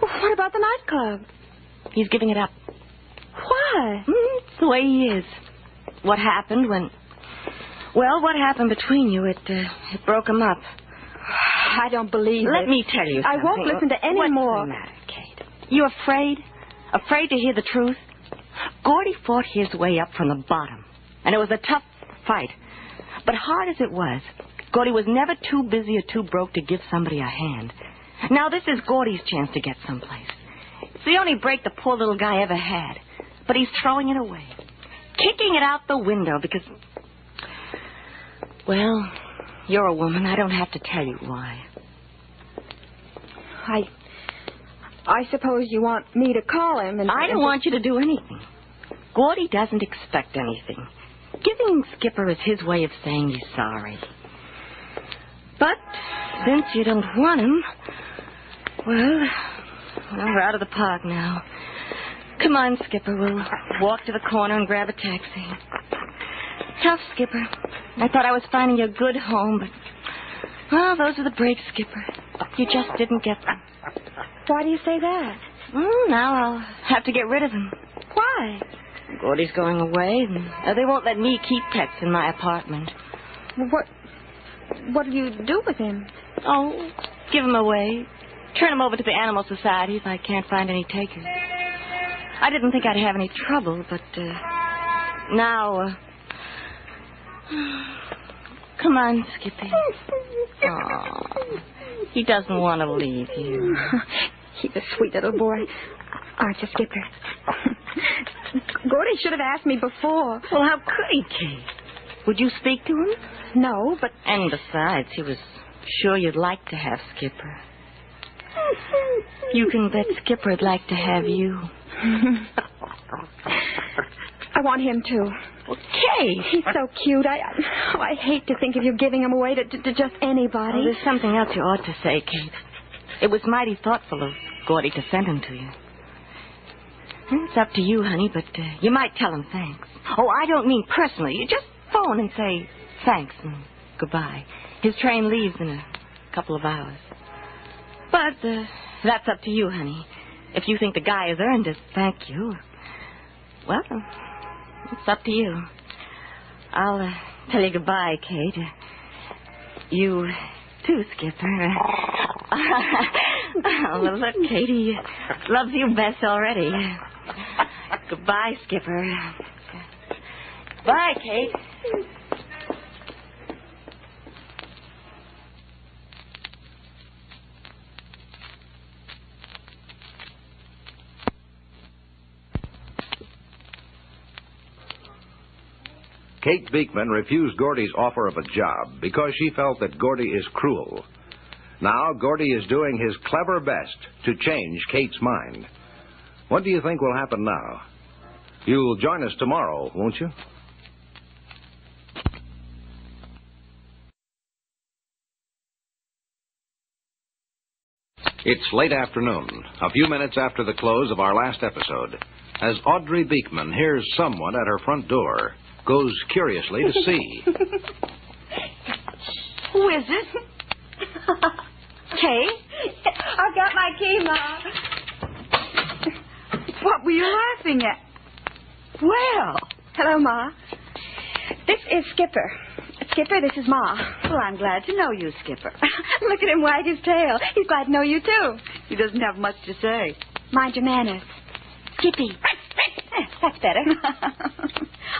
S18: Well, What about the nightclub?
S17: He's giving it up. Hmm?
S18: Why?
S17: It's the way he is. What happened when. Well, what happened between you, it, uh, it broke him up.
S18: I don't believe
S17: Let
S18: it.
S17: me tell you
S18: I won't
S17: something.
S18: listen to any
S17: What's the
S18: more.
S17: matter? You afraid? Afraid to hear the truth? Gordy fought his way up from the bottom, and it was a tough fight. But hard as it was, Gordy was never too busy or too broke to give somebody a hand. Now, this is Gordy's chance to get someplace. It's the only break the poor little guy ever had, but he's throwing it away, kicking it out the window because. Well, you're a woman. I don't have to tell you why.
S18: I. I suppose you want me to call him and.
S17: I don't want you to do anything. Gordy doesn't expect anything. Giving Skipper is his way of saying he's sorry. But since you don't want him, well, well, we're out of the park now. Come on, Skipper. We'll walk to the corner and grab a taxi. Tough, Skipper. I thought I was finding you a good home, but. Well, those are the breaks, Skipper. You just didn't get them.
S18: Why do you say that?
S17: Mm, now I'll have to get rid of him.
S18: Why?
S17: Gordy's going away, and uh, they won't let me keep pets in my apartment.
S18: What? What'll you do with him?
S17: Oh, give him away. Turn him over to the animal society if I can't find any takers. I didn't think I'd have any trouble, but uh, now. Uh... Come on, Skippy. Oh, he doesn't want to leave you.
S18: (laughs) He's a sweet little boy. Aren't you, Skipper? (laughs) Gordy should have asked me before.
S17: Well, how could he, Kate? Would you speak to him?
S18: No, but.
S17: And besides, he was sure you'd like to have
S18: (laughs)
S17: Skipper. You can bet Skipper'd like to have you.
S18: (laughs) I want him too.
S17: Okay.
S18: He's so cute. I I- oh, I hate to think of you giving him away to, to, to just anybody.
S17: Oh, there's something else you ought to say, Kate. It was mighty thoughtful of Gordy to send him to you. It's up to you, honey, but uh, you might tell him thanks. Oh, I don't mean personally. You just phone and say thanks and goodbye. His train leaves in a couple of hours. But uh, that's up to you, honey. If you think the guy has earned it, thank you. Well, it's up to you. I'll uh, tell you goodbye, Kate. You too, Skipper. (laughs) oh, well, look, Katie loves you best already. Goodbye, Skipper. Bye, Kate.
S1: Kate Beekman refused Gordy's offer of a job because she felt that Gordy is cruel. Now, Gordy is doing his clever best to change Kate's mind. What do you think will happen now? You'll join us tomorrow, won't you? It's late afternoon, a few minutes after the close of our last episode, as Audrey Beekman hears someone at her front door, goes curiously to
S19: (laughs)
S18: (laughs)
S1: see.
S17: Who is it? Kay?
S19: I've got my key, Ma. What were you laughing at?
S18: Well. Hello, Ma. This is Skipper. Skipper, this is Ma.
S19: Well, I'm glad to know you, Skipper.
S18: (laughs) Look at him wag his tail. He's glad to know you, too.
S19: He doesn't have much to say.
S18: Mind your manners. Skippy. That's better.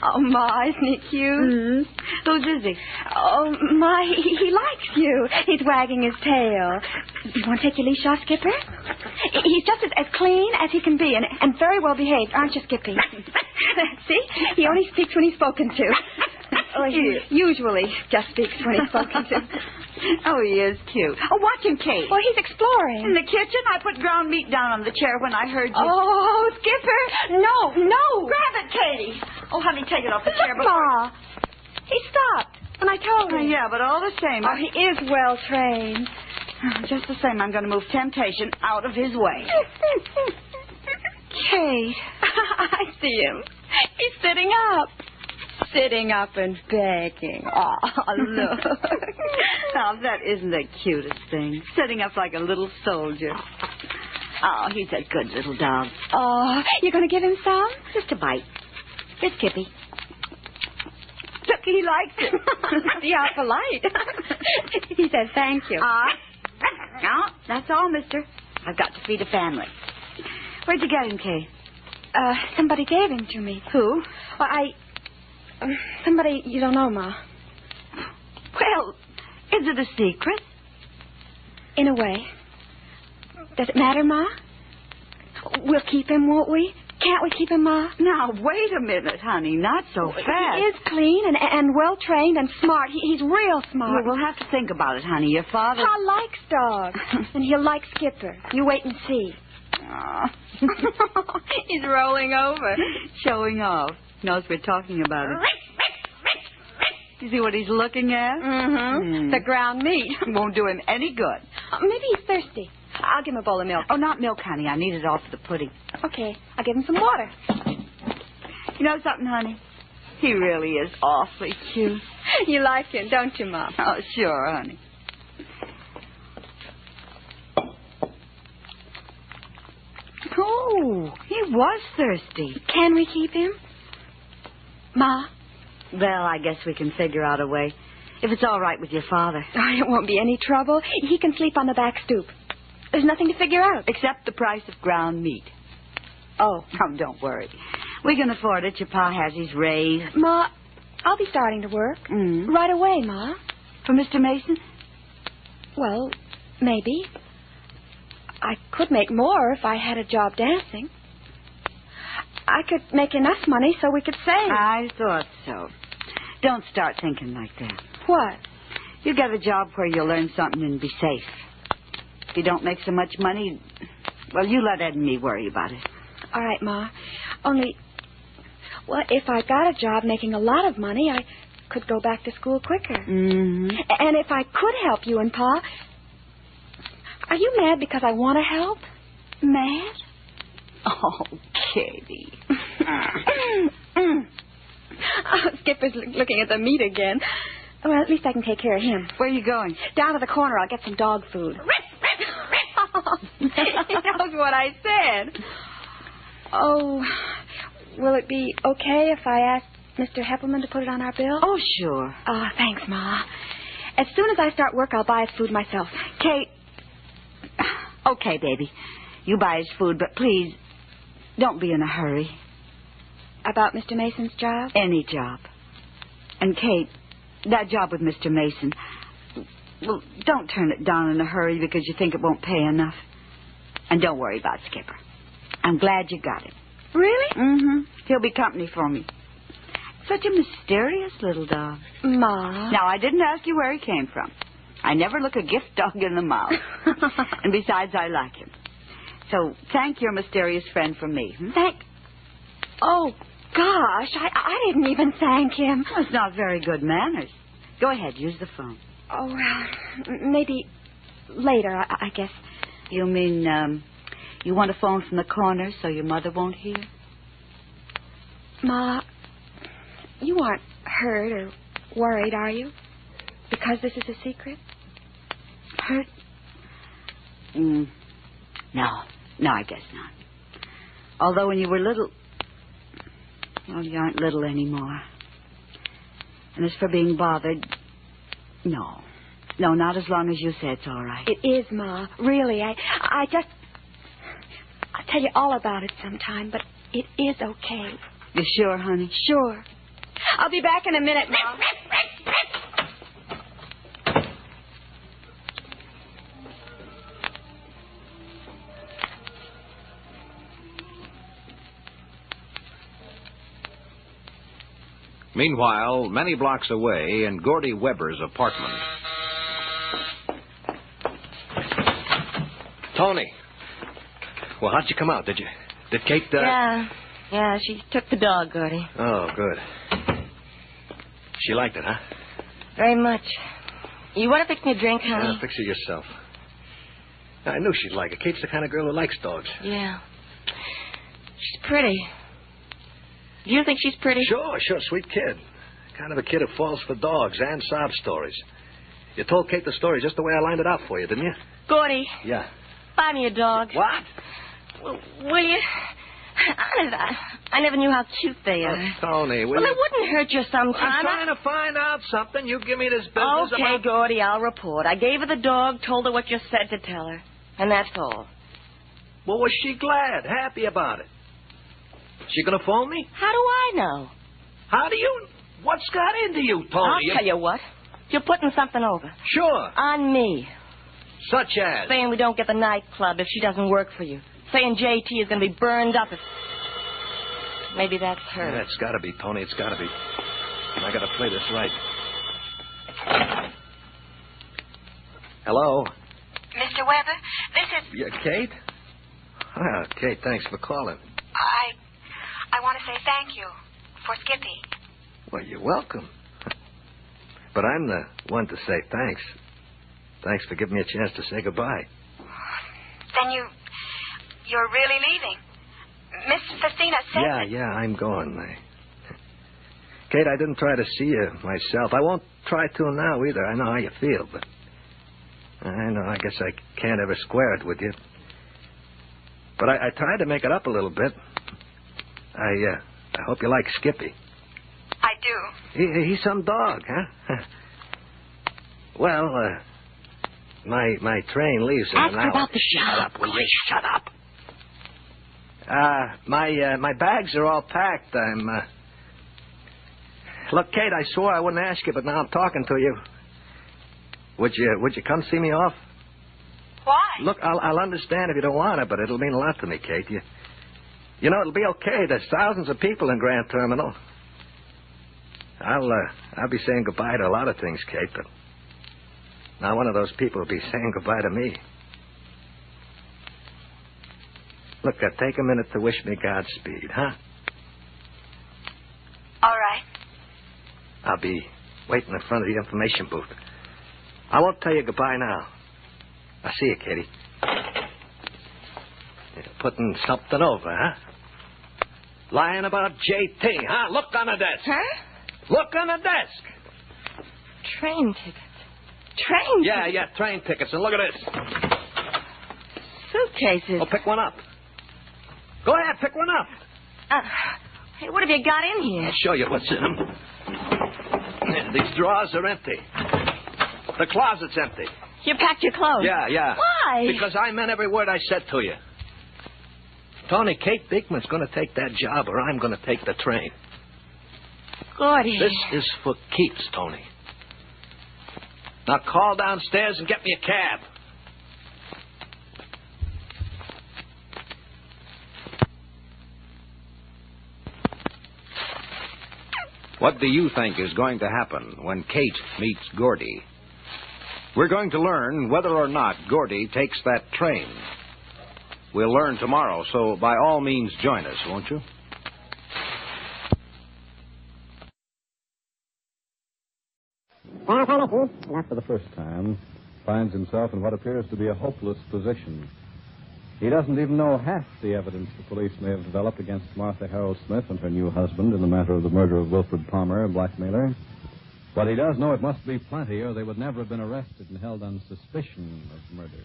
S18: oh, Ma, isn't he cute?
S19: Who's is he?
S18: Oh, Ma, he, he likes you. He's wagging his tail. You want to take your leash off, Skipper? He- He's just as, as clean as he can be and, and very well behaved, aren't you, Skippy? (laughs) See? He only speaks when he's spoken to. Or he Oh, usually just speaks when he's spoken
S19: (laughs)
S18: to.
S19: Oh, he is cute. Oh, watch him, Kate.
S18: Well, he's exploring.
S19: In the kitchen, I put ground meat down on the chair when I heard you.
S18: Oh, Skipper. No, no.
S19: Grab it, Katie. Oh, honey, take it off the chair
S18: Look,
S19: before...
S18: Ma. He stopped when I told him.
S19: Yeah, but all the same...
S18: Oh, he is well trained.
S19: (sighs) Just the same, I'm going to move temptation out of his way. (laughs)
S18: Kate, I see him. He's sitting up. Sitting up and begging. (laughs) Oh, look. (laughs)
S19: now, that isn't the cutest thing. Sitting up like a little soldier.
S18: Oh, he's a good little dog. Oh, you're going to give him some? Just a bite. Here's Kippy.
S20: Look, he likes it. (laughs) See how polite. (laughs) he says thank you. Ah. no, that's all, mister. I've got to feed a family. Where'd you get him, Kay? Uh, somebody gave him to me. Who? Well, I. um, Somebody you don't know, Ma. Well, is it a secret? In a way. Does it matter, Ma? We'll keep him, won't we? Can't we keep him, Ma?
S19: Now, wait a minute, honey. Not so fast.
S20: He is clean and, and well trained and smart. He, he's real smart.
S19: Uh, Well, we'll have to think about it, honey. Your father.
S20: Pa likes
S19: (laughs)
S20: dogs, and he'll like Skipper. You wait and see.
S19: He's rolling over, showing off. Knows we're talking about it. You see what he's looking at? Hmm.
S20: Mm-hmm. The ground meat.
S19: (laughs) Won't do him any good.
S20: Uh, maybe he's thirsty. I'll give him a bowl of milk.
S19: Oh, not milk, honey. I need it all for the pudding.
S20: Okay, I'll give him some water.
S19: You know something, honey? He really is awfully (laughs) cute.
S20: (laughs) You like him, don't you, Mom?
S19: Oh, sure, honey. Oh, he was thirsty.
S20: Can we keep him? Ma?
S21: Well, I guess we can figure out a way. If it's all right with your father.
S20: Oh, it won't be any trouble. He can sleep on the back stoop. There's nothing to figure out.
S19: Except the price of ground meat.
S20: Oh.
S19: (laughs) Oh, don't worry. We can afford it. Your pa has his raise.
S20: Ma, I'll be starting to work.
S19: Mm.
S20: Right away, Ma.
S19: For Mr. Mason?
S20: Well, maybe. I could make more if I had a job dancing. I could make enough money so we could save.
S19: I thought so. Don't start thinking like that.
S20: What?
S19: You get a job where you'll learn something and be safe. If you don't make so much money, well, you let Ed and me worry about it.
S20: All right, Ma. Only, well, if I got a job making a lot of money, I could go back to school quicker.
S19: Mm-hmm.
S20: A- And if I could help you and Pa. Are you mad because I want to help? Mad?
S19: Oh, Katie.
S20: Mm. (laughs) Oh, Skipper's l- looking at the meat again. Well, at least I can take care of him.
S19: Where are you going?
S20: Down to the corner. I'll get some dog food. he knows what I said. Oh, will it be okay if I ask Mr. Heppelman to put it on our bill?
S19: Oh, sure.
S20: Oh, thanks, Ma. As soon as I start work, I'll buy us food myself.
S19: Kate. Okay, baby. You buy his food, but please don't be in a hurry.
S20: About Mr. Mason's job?
S19: Any job. And Kate, that job with Mr. Mason. Well, don't turn it down in a hurry because you think it won't pay enough. And don't worry about Skipper. I'm glad you got him.
S20: Really?
S19: Mm-hmm. He'll be company for me. Such a mysterious little dog.
S20: Ma.
S19: Now, I didn't ask you where he came from. I never look a gift (laughs) dog in the mouth. and besides, I like him. So thank your mysterious friend for me. Hmm?
S20: Thank. Oh, gosh, I, I didn't even thank him.
S19: That's not very good manners. Go ahead, use the phone.
S20: Oh, well, m- maybe later, I, I guess.
S19: You mean um, you want a phone from the corner so your mother won't hear?
S20: Ma, you aren't hurt or worried, are you? Because this is a secret?
S19: Hurt? Mm. No, no, I guess not. Although when you were little, well, you aren't little anymore. And as for being bothered, no, no, not as long as you say it's all right.
S20: It is, Ma. Really, I, I just. I'll tell you all about it sometime, but it is okay.
S19: You sure, honey?
S20: Sure. I'll be back in a minute, Ma.
S1: Meanwhile, many blocks away in Gordy Weber's apartment.
S22: Tony. Well, how'd you come out? Did you? Did Kate? Uh...
S17: Yeah. Yeah, she took the dog, Gordy.
S22: Oh, good. She liked it, huh?
S17: Uh-huh. Very much. You want to fix me a drink,
S22: Yeah,
S17: honey?
S22: fix it yourself. I knew she'd like it. Kate's the kind of girl who likes dogs.
S17: Yeah. She's pretty. Do you think she's pretty?
S22: Sure, sure, sweet kid. Kind of a kid who falls for dogs and sob stories. You told Kate the story just the way I lined it out for you, didn't you?
S17: Gordy,
S22: Yeah.
S17: Buy me a dog.
S22: What?
S17: Will, will you? Honest, I, I never knew how cute they
S22: Oh,
S17: are.
S22: Tony, will
S17: well,
S22: you...
S17: it wouldn't hurt you
S22: I'm
S17: sometime.
S22: trying to find out something. You give me this business
S17: Okay,
S22: about...
S17: Gordy, I'll report. I gave her the dog, told her what you said to tell her, and that's all.
S22: Well, was she glad, happy about it? She gonna phone me?
S17: How do I know?
S22: How do you? What's got into you, Tony?
S17: I'll tell you what. You're putting something over.
S22: Sure.
S17: On me.
S22: Such as?
S17: Saying we don't get the nightclub if she doesn't work for you. Saying JT is going to be burned up if. Maybe that's her.
S22: Yeah, it's gotta be, Tony. It's gotta be. And I gotta play this right. Hello?
S13: Mr. Weber, this is.
S22: Yeah, Kate? Ah, Kate, thanks for calling.
S13: I. I want to say thank you for Skippy.
S22: Well, you're welcome. But I'm the one to say thanks. Thanks for giving me a chance to say goodbye.
S13: Then you. You're really leaving. Miss Festina said.
S22: Yeah, yeah, I'm going. I... Kate, I didn't try to see you myself. I won't try to now either. I know how you feel, but I know. I guess I can't ever square it with you. But I, I tried to make it up a little bit. I uh, I hope you like Skippy.
S13: I do.
S22: He, he's some dog, huh? (laughs) well, uh, my my train leaves in
S13: Ask
S22: an
S13: her
S22: hour.
S13: about the
S22: shut up, will you? Shut up. Uh, my uh, my bags are all packed. I'm. Uh... Look, Kate, I swore I wouldn't ask you, but now I'm talking to you. Would you Would you come see me off?
S13: Why?
S22: Look, I'll I'll understand if you don't want to, but it'll mean a lot to me, Kate. You, you know, it'll be okay. There's thousands of people in Grand Terminal. I'll uh, I'll be saying goodbye to a lot of things, Kate, but now one of those people will be saying goodbye to me. Look, uh, take a minute to wish me Godspeed, huh?
S13: All right.
S22: I'll be waiting in front of the information booth. I won't tell you goodbye now. I'll see you, Katie. You're putting something over, huh? Lying about JT, huh? Look on the desk.
S17: Huh?
S22: Look on the desk.
S17: Train tickets. Train
S22: Yeah,
S17: tickets.
S22: yeah, train tickets. And look at this.
S17: Suitcases.
S22: Oh, pick one up. Go ahead, pick one up.
S17: Uh, hey, what have you got in here?
S22: I'll show you what's in them. These drawers are empty. The closet's empty.
S17: You packed your clothes.
S22: Yeah, yeah.
S17: Oh, Why?
S22: Because I meant every word I said to you. Tony, Kate Bickman's going to take that job, or I'm going to take the train.
S17: Gordy.
S22: This is for keeps, Tony. Now call downstairs and get me a cab.
S1: What do you think is going to happen when Kate meets Gordy? We're going to learn whether or not Gordy takes that train. We'll learn tomorrow, so by all means join us, won't you?
S23: For the first time, finds himself in what appears to be a hopeless position. He doesn't even know half the evidence the police may have developed against Martha Harold Smith and her new husband in the matter of the murder of Wilfred Palmer, a blackmailer. But he does know it must be plenty, or they would never have been arrested and held on suspicion of murder.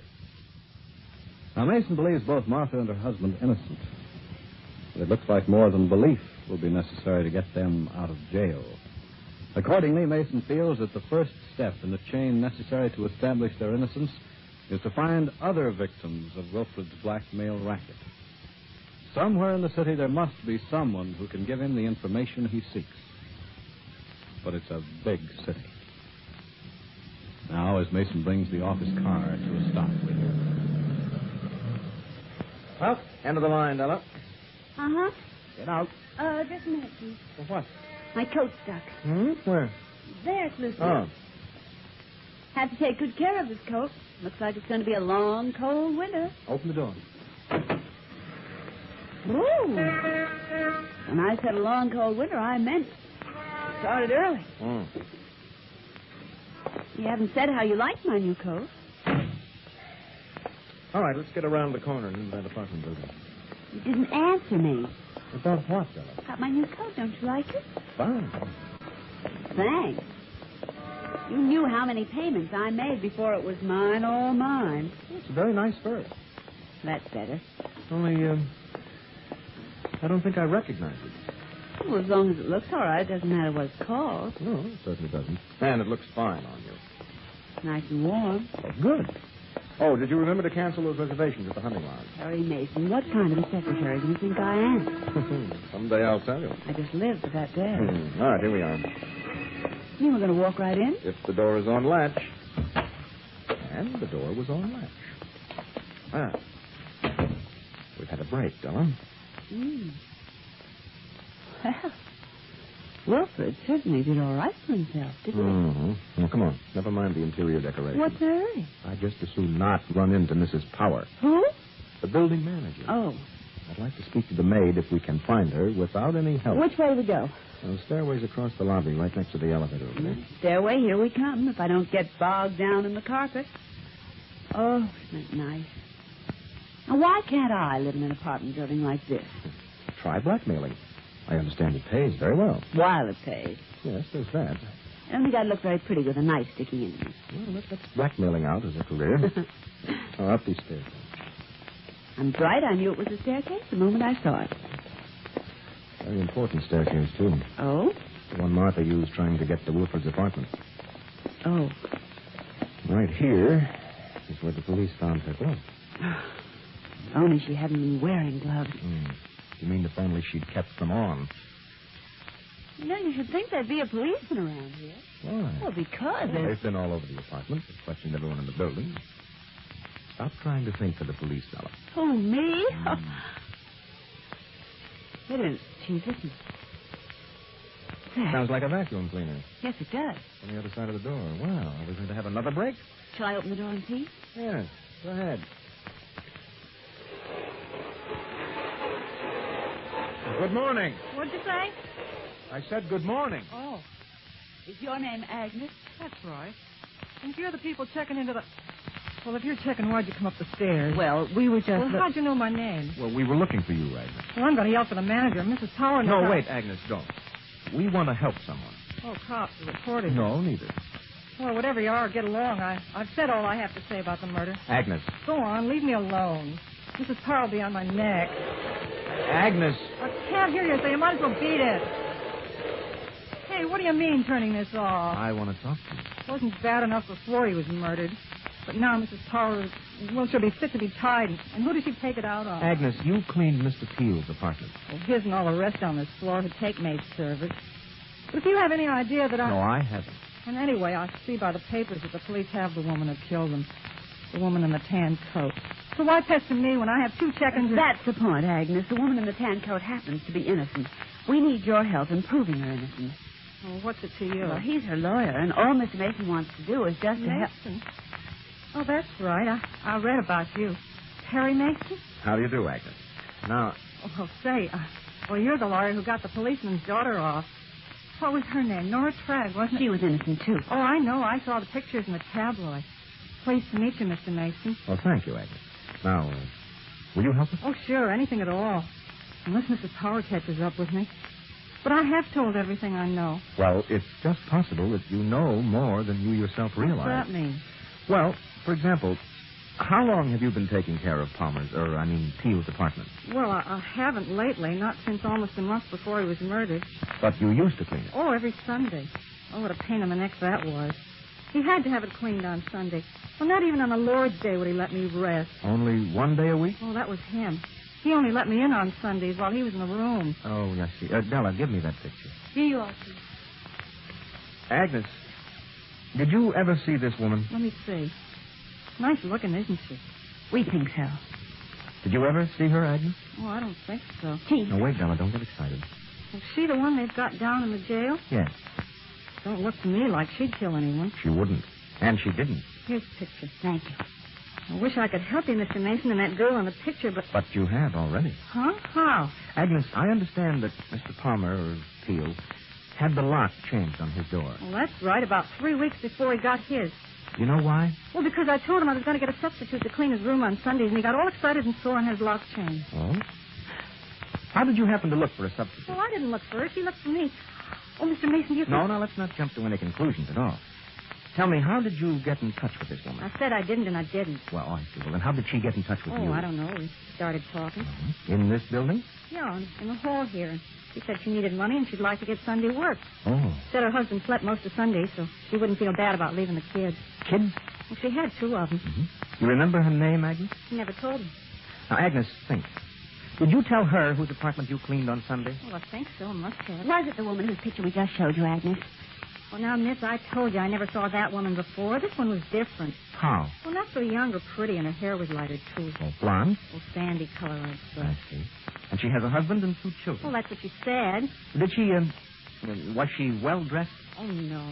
S23: Now, Mason believes both Martha and her husband innocent. But it looks like more than belief will be necessary to get them out of jail. Accordingly, Mason feels that the first step in the chain necessary to establish their innocence is to find other victims of Wilfred's blackmail racket. Somewhere in the city, there must be someone who can give him the information he seeks. But it's a big city. Now, as Mason brings the office car to a stop, we hear.
S24: Well, end of the line, Della.
S25: Uh-huh.
S24: Get out.
S25: Uh, just a minute, please.
S24: For what?
S25: My coat's stuck.
S24: Hmm? Where?
S25: There it's loose.
S24: Oh.
S25: Have to take good care of this coat. Looks like it's going to be a long, cold winter.
S24: Oh. Open the door.
S25: Ooh.
S12: Hmm.
S25: When I said a long, cold winter, I meant it. Started early.
S24: Hmm.
S25: You haven't said how you like my new coat.
S24: All right, let's get around the corner and into that apartment building.
S25: You didn't answer me.
S24: About what, Della?
S25: Got my new coat. Don't you like it?
S24: Fine.
S25: Thanks. You knew how many payments I made before it was mine, all mine.
S24: It's a very nice fur.
S25: That's better.
S24: Only, uh, I don't think I recognize it.
S25: Well, as long as it looks all right, it doesn't matter what it's called.
S24: No. Certainly doesn't. And it looks fine on you.
S25: Nice and warm.
S24: Good. Oh, did you remember to cancel those reservations at the hunting lodge?
S25: Harry Mason, what kind of a secretary do you think I am?
S24: (laughs) Someday I'll tell you.
S25: I just lived for that day.
S24: Hmm, All right, here we are.
S25: You were going to walk right in?
S24: If the door is on latch. And the door was on latch. Ah. We've had a break, Della.
S25: Mm. Well, Wilfred certainly did all right for himself, didn't
S24: Mm-hmm. Now, come on. Never mind the interior decoration.
S25: he? What's the hurry?
S24: I just as soon not run into Mrs. Power,
S25: Who?
S24: the building manager.
S25: Oh.
S24: I'd like to speak to the maid if we can find her without any help.
S25: Which way do we go?
S24: The stairway's across the lobby, right next to the elevator. over there.
S25: Stairway, here we come, if I don't get bogged down in the carpet. Oh, isn't it nice? Now, why can't I live in an apartment building like this?
S24: Try blackmailing. I understand it pays very well.
S25: While it pays.
S24: Yes, there's that.
S25: I don't think I'd look very pretty with a knife sticking in me.
S24: Well, let, let's... Blackmailing out is a (laughs) career. oh, up these stairs.
S25: I'm bright. I knew it was a staircase the moment I saw it.
S24: Very important staircase, too.
S25: Oh?
S24: The one Martha used trying to get to Wilfred's apartment.
S25: Oh.
S24: Right here is where the police found her glove.
S25: If only she hadn't been wearing gloves.
S24: Hmm. You mean if only she'd kept them on?
S25: You know, you should think there'd be a policeman around here.
S24: Why?
S25: Well, because
S24: Well, They've been all over the apartment. They've questioned everyone in the building. Stop trying to think for the police, Dollar.
S25: Oh, me? (laughs) Wait a minute. Gee, listen.
S24: Sounds like a vacuum cleaner.
S25: Yes, it does.
S24: On the other side of the door. Wow, are we going to have another break?
S25: Shall I open the door and see?
S24: Yes, go ahead. Good morning.
S25: What'd you say?
S24: I said good morning.
S25: Oh. Is your name Agnes?
S26: That's right. And if you're the people checking into the. Well, if you're checking, why'd you come up the stairs?
S25: Well, we were just.
S26: Well, how'd you know my name?
S24: Well, we were looking for you, Agnes.
S26: Well, I'm going to yell for the manager, Mrs. Power. and the
S24: No,
S26: cops.
S24: wait, Agnes, don't. We want to help someone.
S26: Oh, cops are reporting.
S24: No, neither.
S26: Well, whatever you are, get along. I, I've said all I have to say about the murder.
S24: Agnes.
S26: Go on, leave me alone. Mrs. Power will be on my neck.
S24: Agnes.
S26: I can't hear you, so you might as well beat it. Hey, what do you mean turning this off?
S24: I want to talk to
S26: wasn't bad enough before he was murdered. But now Mrs. Power, well, she'll be fit to be tied. And who did she take it out on?
S24: you. Agnes, you cleaned Mr. Peel's apartment.
S26: Well, his and all the rest on this floor who take maid service. But if you have any idea that I...
S24: No, I haven't.
S26: And anyway, I see by the papers that the police have the woman who killed him. The woman in the tan coat. So why pester me when I have two check-ins?
S25: That's the point, Agnes. The woman in the tan coat happens to be innocent. We need your help in proving her innocent.
S26: Well, what's it to you?
S25: Well, he's her lawyer, and all Mr. Mason wants to do is just to help.
S26: Mason. Oh, that's right. I, I read about you. Harry Mason?
S24: How do you do, Agnes? Now,
S26: Oh, say, uh, well, you're the lawyer who got the policeman's daughter off. What was her name? Nora Tragg, wasn't it?
S25: She was innocent, too.
S26: Oh, I know. I saw the pictures in the tabloid. Pleased to meet you, Mr. Mason.
S24: well, thank you, Agnes. Now, uh, will you help us?
S26: Oh, sure, anything at all. Unless Mrs. Power catches up with me. But I have told everything I know.
S24: Well, it's just possible that you know more than you yourself
S26: What's
S24: realize.
S26: that mean?
S24: Well, for example, how long have you been taking care of Palmer's, or I mean Peel's apartment?
S26: Well, I, I haven't lately, not since almost a month before he was murdered.
S24: But you used to clean it.
S26: Oh, every Sunday. Oh, what a pain in the neck that was. He had to have it cleaned on Sunday. Well, not even on the Lord's Day would he let me rest.
S24: Only one day a week?
S26: Oh, that was him. He only let me in on Sundays while he was in the room.
S24: Oh, yes, see. Uh, Della, give me that picture.
S26: Here you are. Pete.
S24: Agnes, did you ever see this woman?
S26: Let me see. Nice looking, isn't she? We think so.
S24: Did you ever see her, Agnes?
S26: Oh, I don't think so.
S24: No, wait, Della, don't get excited.
S26: Is she the one they've got down in the jail?
S24: Yes.
S26: Don't look to me like she'd kill anyone.
S24: She wouldn't. And she didn't.
S26: Here's the picture. Thank you. I wish I could help you, Mr. Mason, and that girl in the picture, but.
S24: But you have already.
S26: Huh? How?
S24: Agnes, I understand that Mr. Palmer, or Peel, had the lock changed on his door.
S26: Well, that's right, about three weeks before he got his.
S24: You know why?
S26: Well, because I told him I was going to get a substitute to clean his room on Sundays, and he got all excited and sore on his lock chain.
S24: Oh? How did you happen to look for a substitute?
S26: Well, I didn't look for her. She looked for me. Oh, Mr. Mason, do you
S24: No,
S26: think-
S24: no, let's not jump to any conclusions at all. Tell me, how did you get in touch with this woman?
S26: I said I didn't, and I didn't.
S24: Well, I see. Well, then how did she get in touch with
S26: oh,
S24: you?
S26: I don't know. We started talking.
S24: In this building?
S26: Yeah, in- in the hall here. She said she needed money and she'd like to get Sunday work.
S24: Oh.
S26: Said her husband slept most of Sunday, so she wouldn't feel bad about leaving the kids.
S24: Kids?
S26: Well, she had two of them.
S24: You remember her name, Agnes?
S26: She never told him.
S24: Now, Agnes, think. Did you tell her whose apartment you cleaned on Sunday?
S26: Well, I think so. Must have.
S27: Was it the woman whose picture we just showed you, Agnes?
S26: Well, now, miss, I told you I never saw that woman before. This one was different.
S24: How?
S26: Well, not so young or pretty, and her hair was lighter, too.
S24: Oh, blonde?
S26: Well, sandy color, I'd say.
S24: see. And she has a husband and two children.
S26: Well, that's what she said.
S24: Did she, um, was she well dressed?
S26: Oh, no.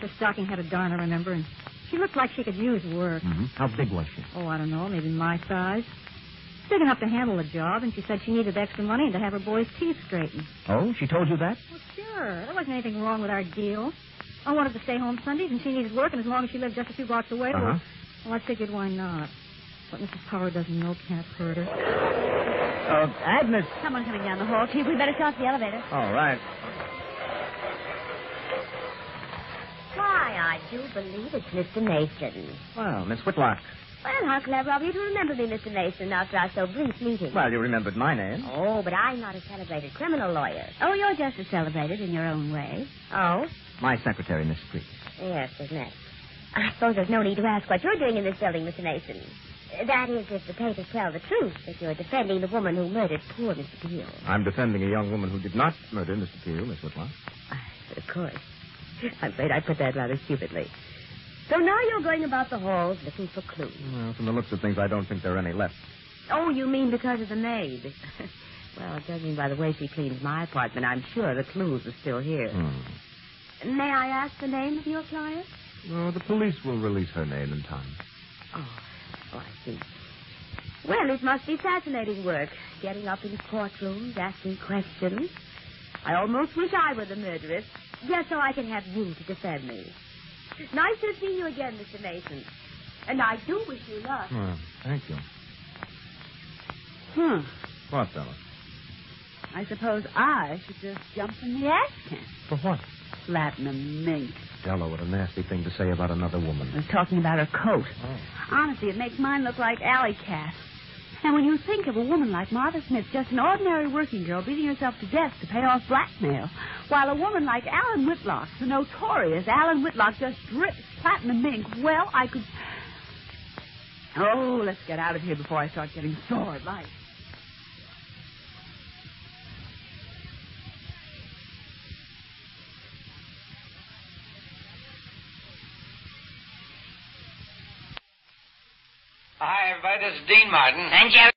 S26: Her stocking had a darn, I remember, and she looked like she could use work.
S24: Mm-hmm. How big was she?
S26: Oh, I don't know, maybe my size. Big enough to handle the job, and she said she needed extra money to have her boy's teeth straightened.
S24: Oh, she told you that?
S26: Sure, there wasn't anything wrong with our deal. I wanted to stay home Sundays, and she needed work, and as long as she lived just a few blocks away, well, well, I figured why not. What Mrs. Howard doesn't know can't hurt her.
S24: Uh, Agnes.
S27: Someone coming down the hall, Chief. We better start the elevator.
S24: All right.
S27: Why, I do believe it's Mr. Mason.
S24: Well, Miss Whitlock.
S27: Well, how clever of you to remember me, Mr. Mason, after our so brief meeting.
S24: Well, you remembered my name.
S27: Oh, but I'm not a celebrated criminal lawyer. Oh, you're just as celebrated in your own way. Oh?
S24: My secretary, Miss Street.
S27: Yes, isn't it? I suppose there's no need to ask what you're doing in this building, Mr. Mason. That is, if the papers tell the truth, that you're defending the woman who murdered poor Mr. Peel.
S24: I'm defending a young woman who did not murder Mr. Peel, Miss Whitlock.
S27: Ah, Of course. I'm afraid I put that rather stupidly. So now you're going about the halls looking for clues.
S24: Well, from the looks of things, I don't think there are any left.
S27: Oh, you mean because of the maid? (laughs) well, judging by the way she cleans my apartment, I'm sure the clues are still here.
S24: Hmm.
S27: May I ask the name of your client?
S24: No, the police will release her name in time.
S27: Oh, oh, I see. Well, it must be fascinating work, getting up in courtrooms, asking questions. I almost wish I were the murderess, just so I can have you to defend me. Nice to see you again, Mr. Mason. And I do wish you luck.
S24: Well, thank you.
S25: Hmm.
S24: What, Della?
S25: I suppose I should just jump in the action.
S24: For what?
S25: Flatten a mink.
S24: Della, what a nasty thing to say about another woman. Oh.
S25: was talking about her coat. Honestly, it makes mine look like alley cat. And when you think of a woman like Martha Smith, just an ordinary working girl beating herself to death to pay off blackmail, while a woman like Alan Whitlock, the notorious Alan Whitlock, just drips platinum mink, well, I could. Oh, let's get out of here before I start getting sore at life.
S28: Hi, everybody. This is Dean Martin.
S11: And Jerry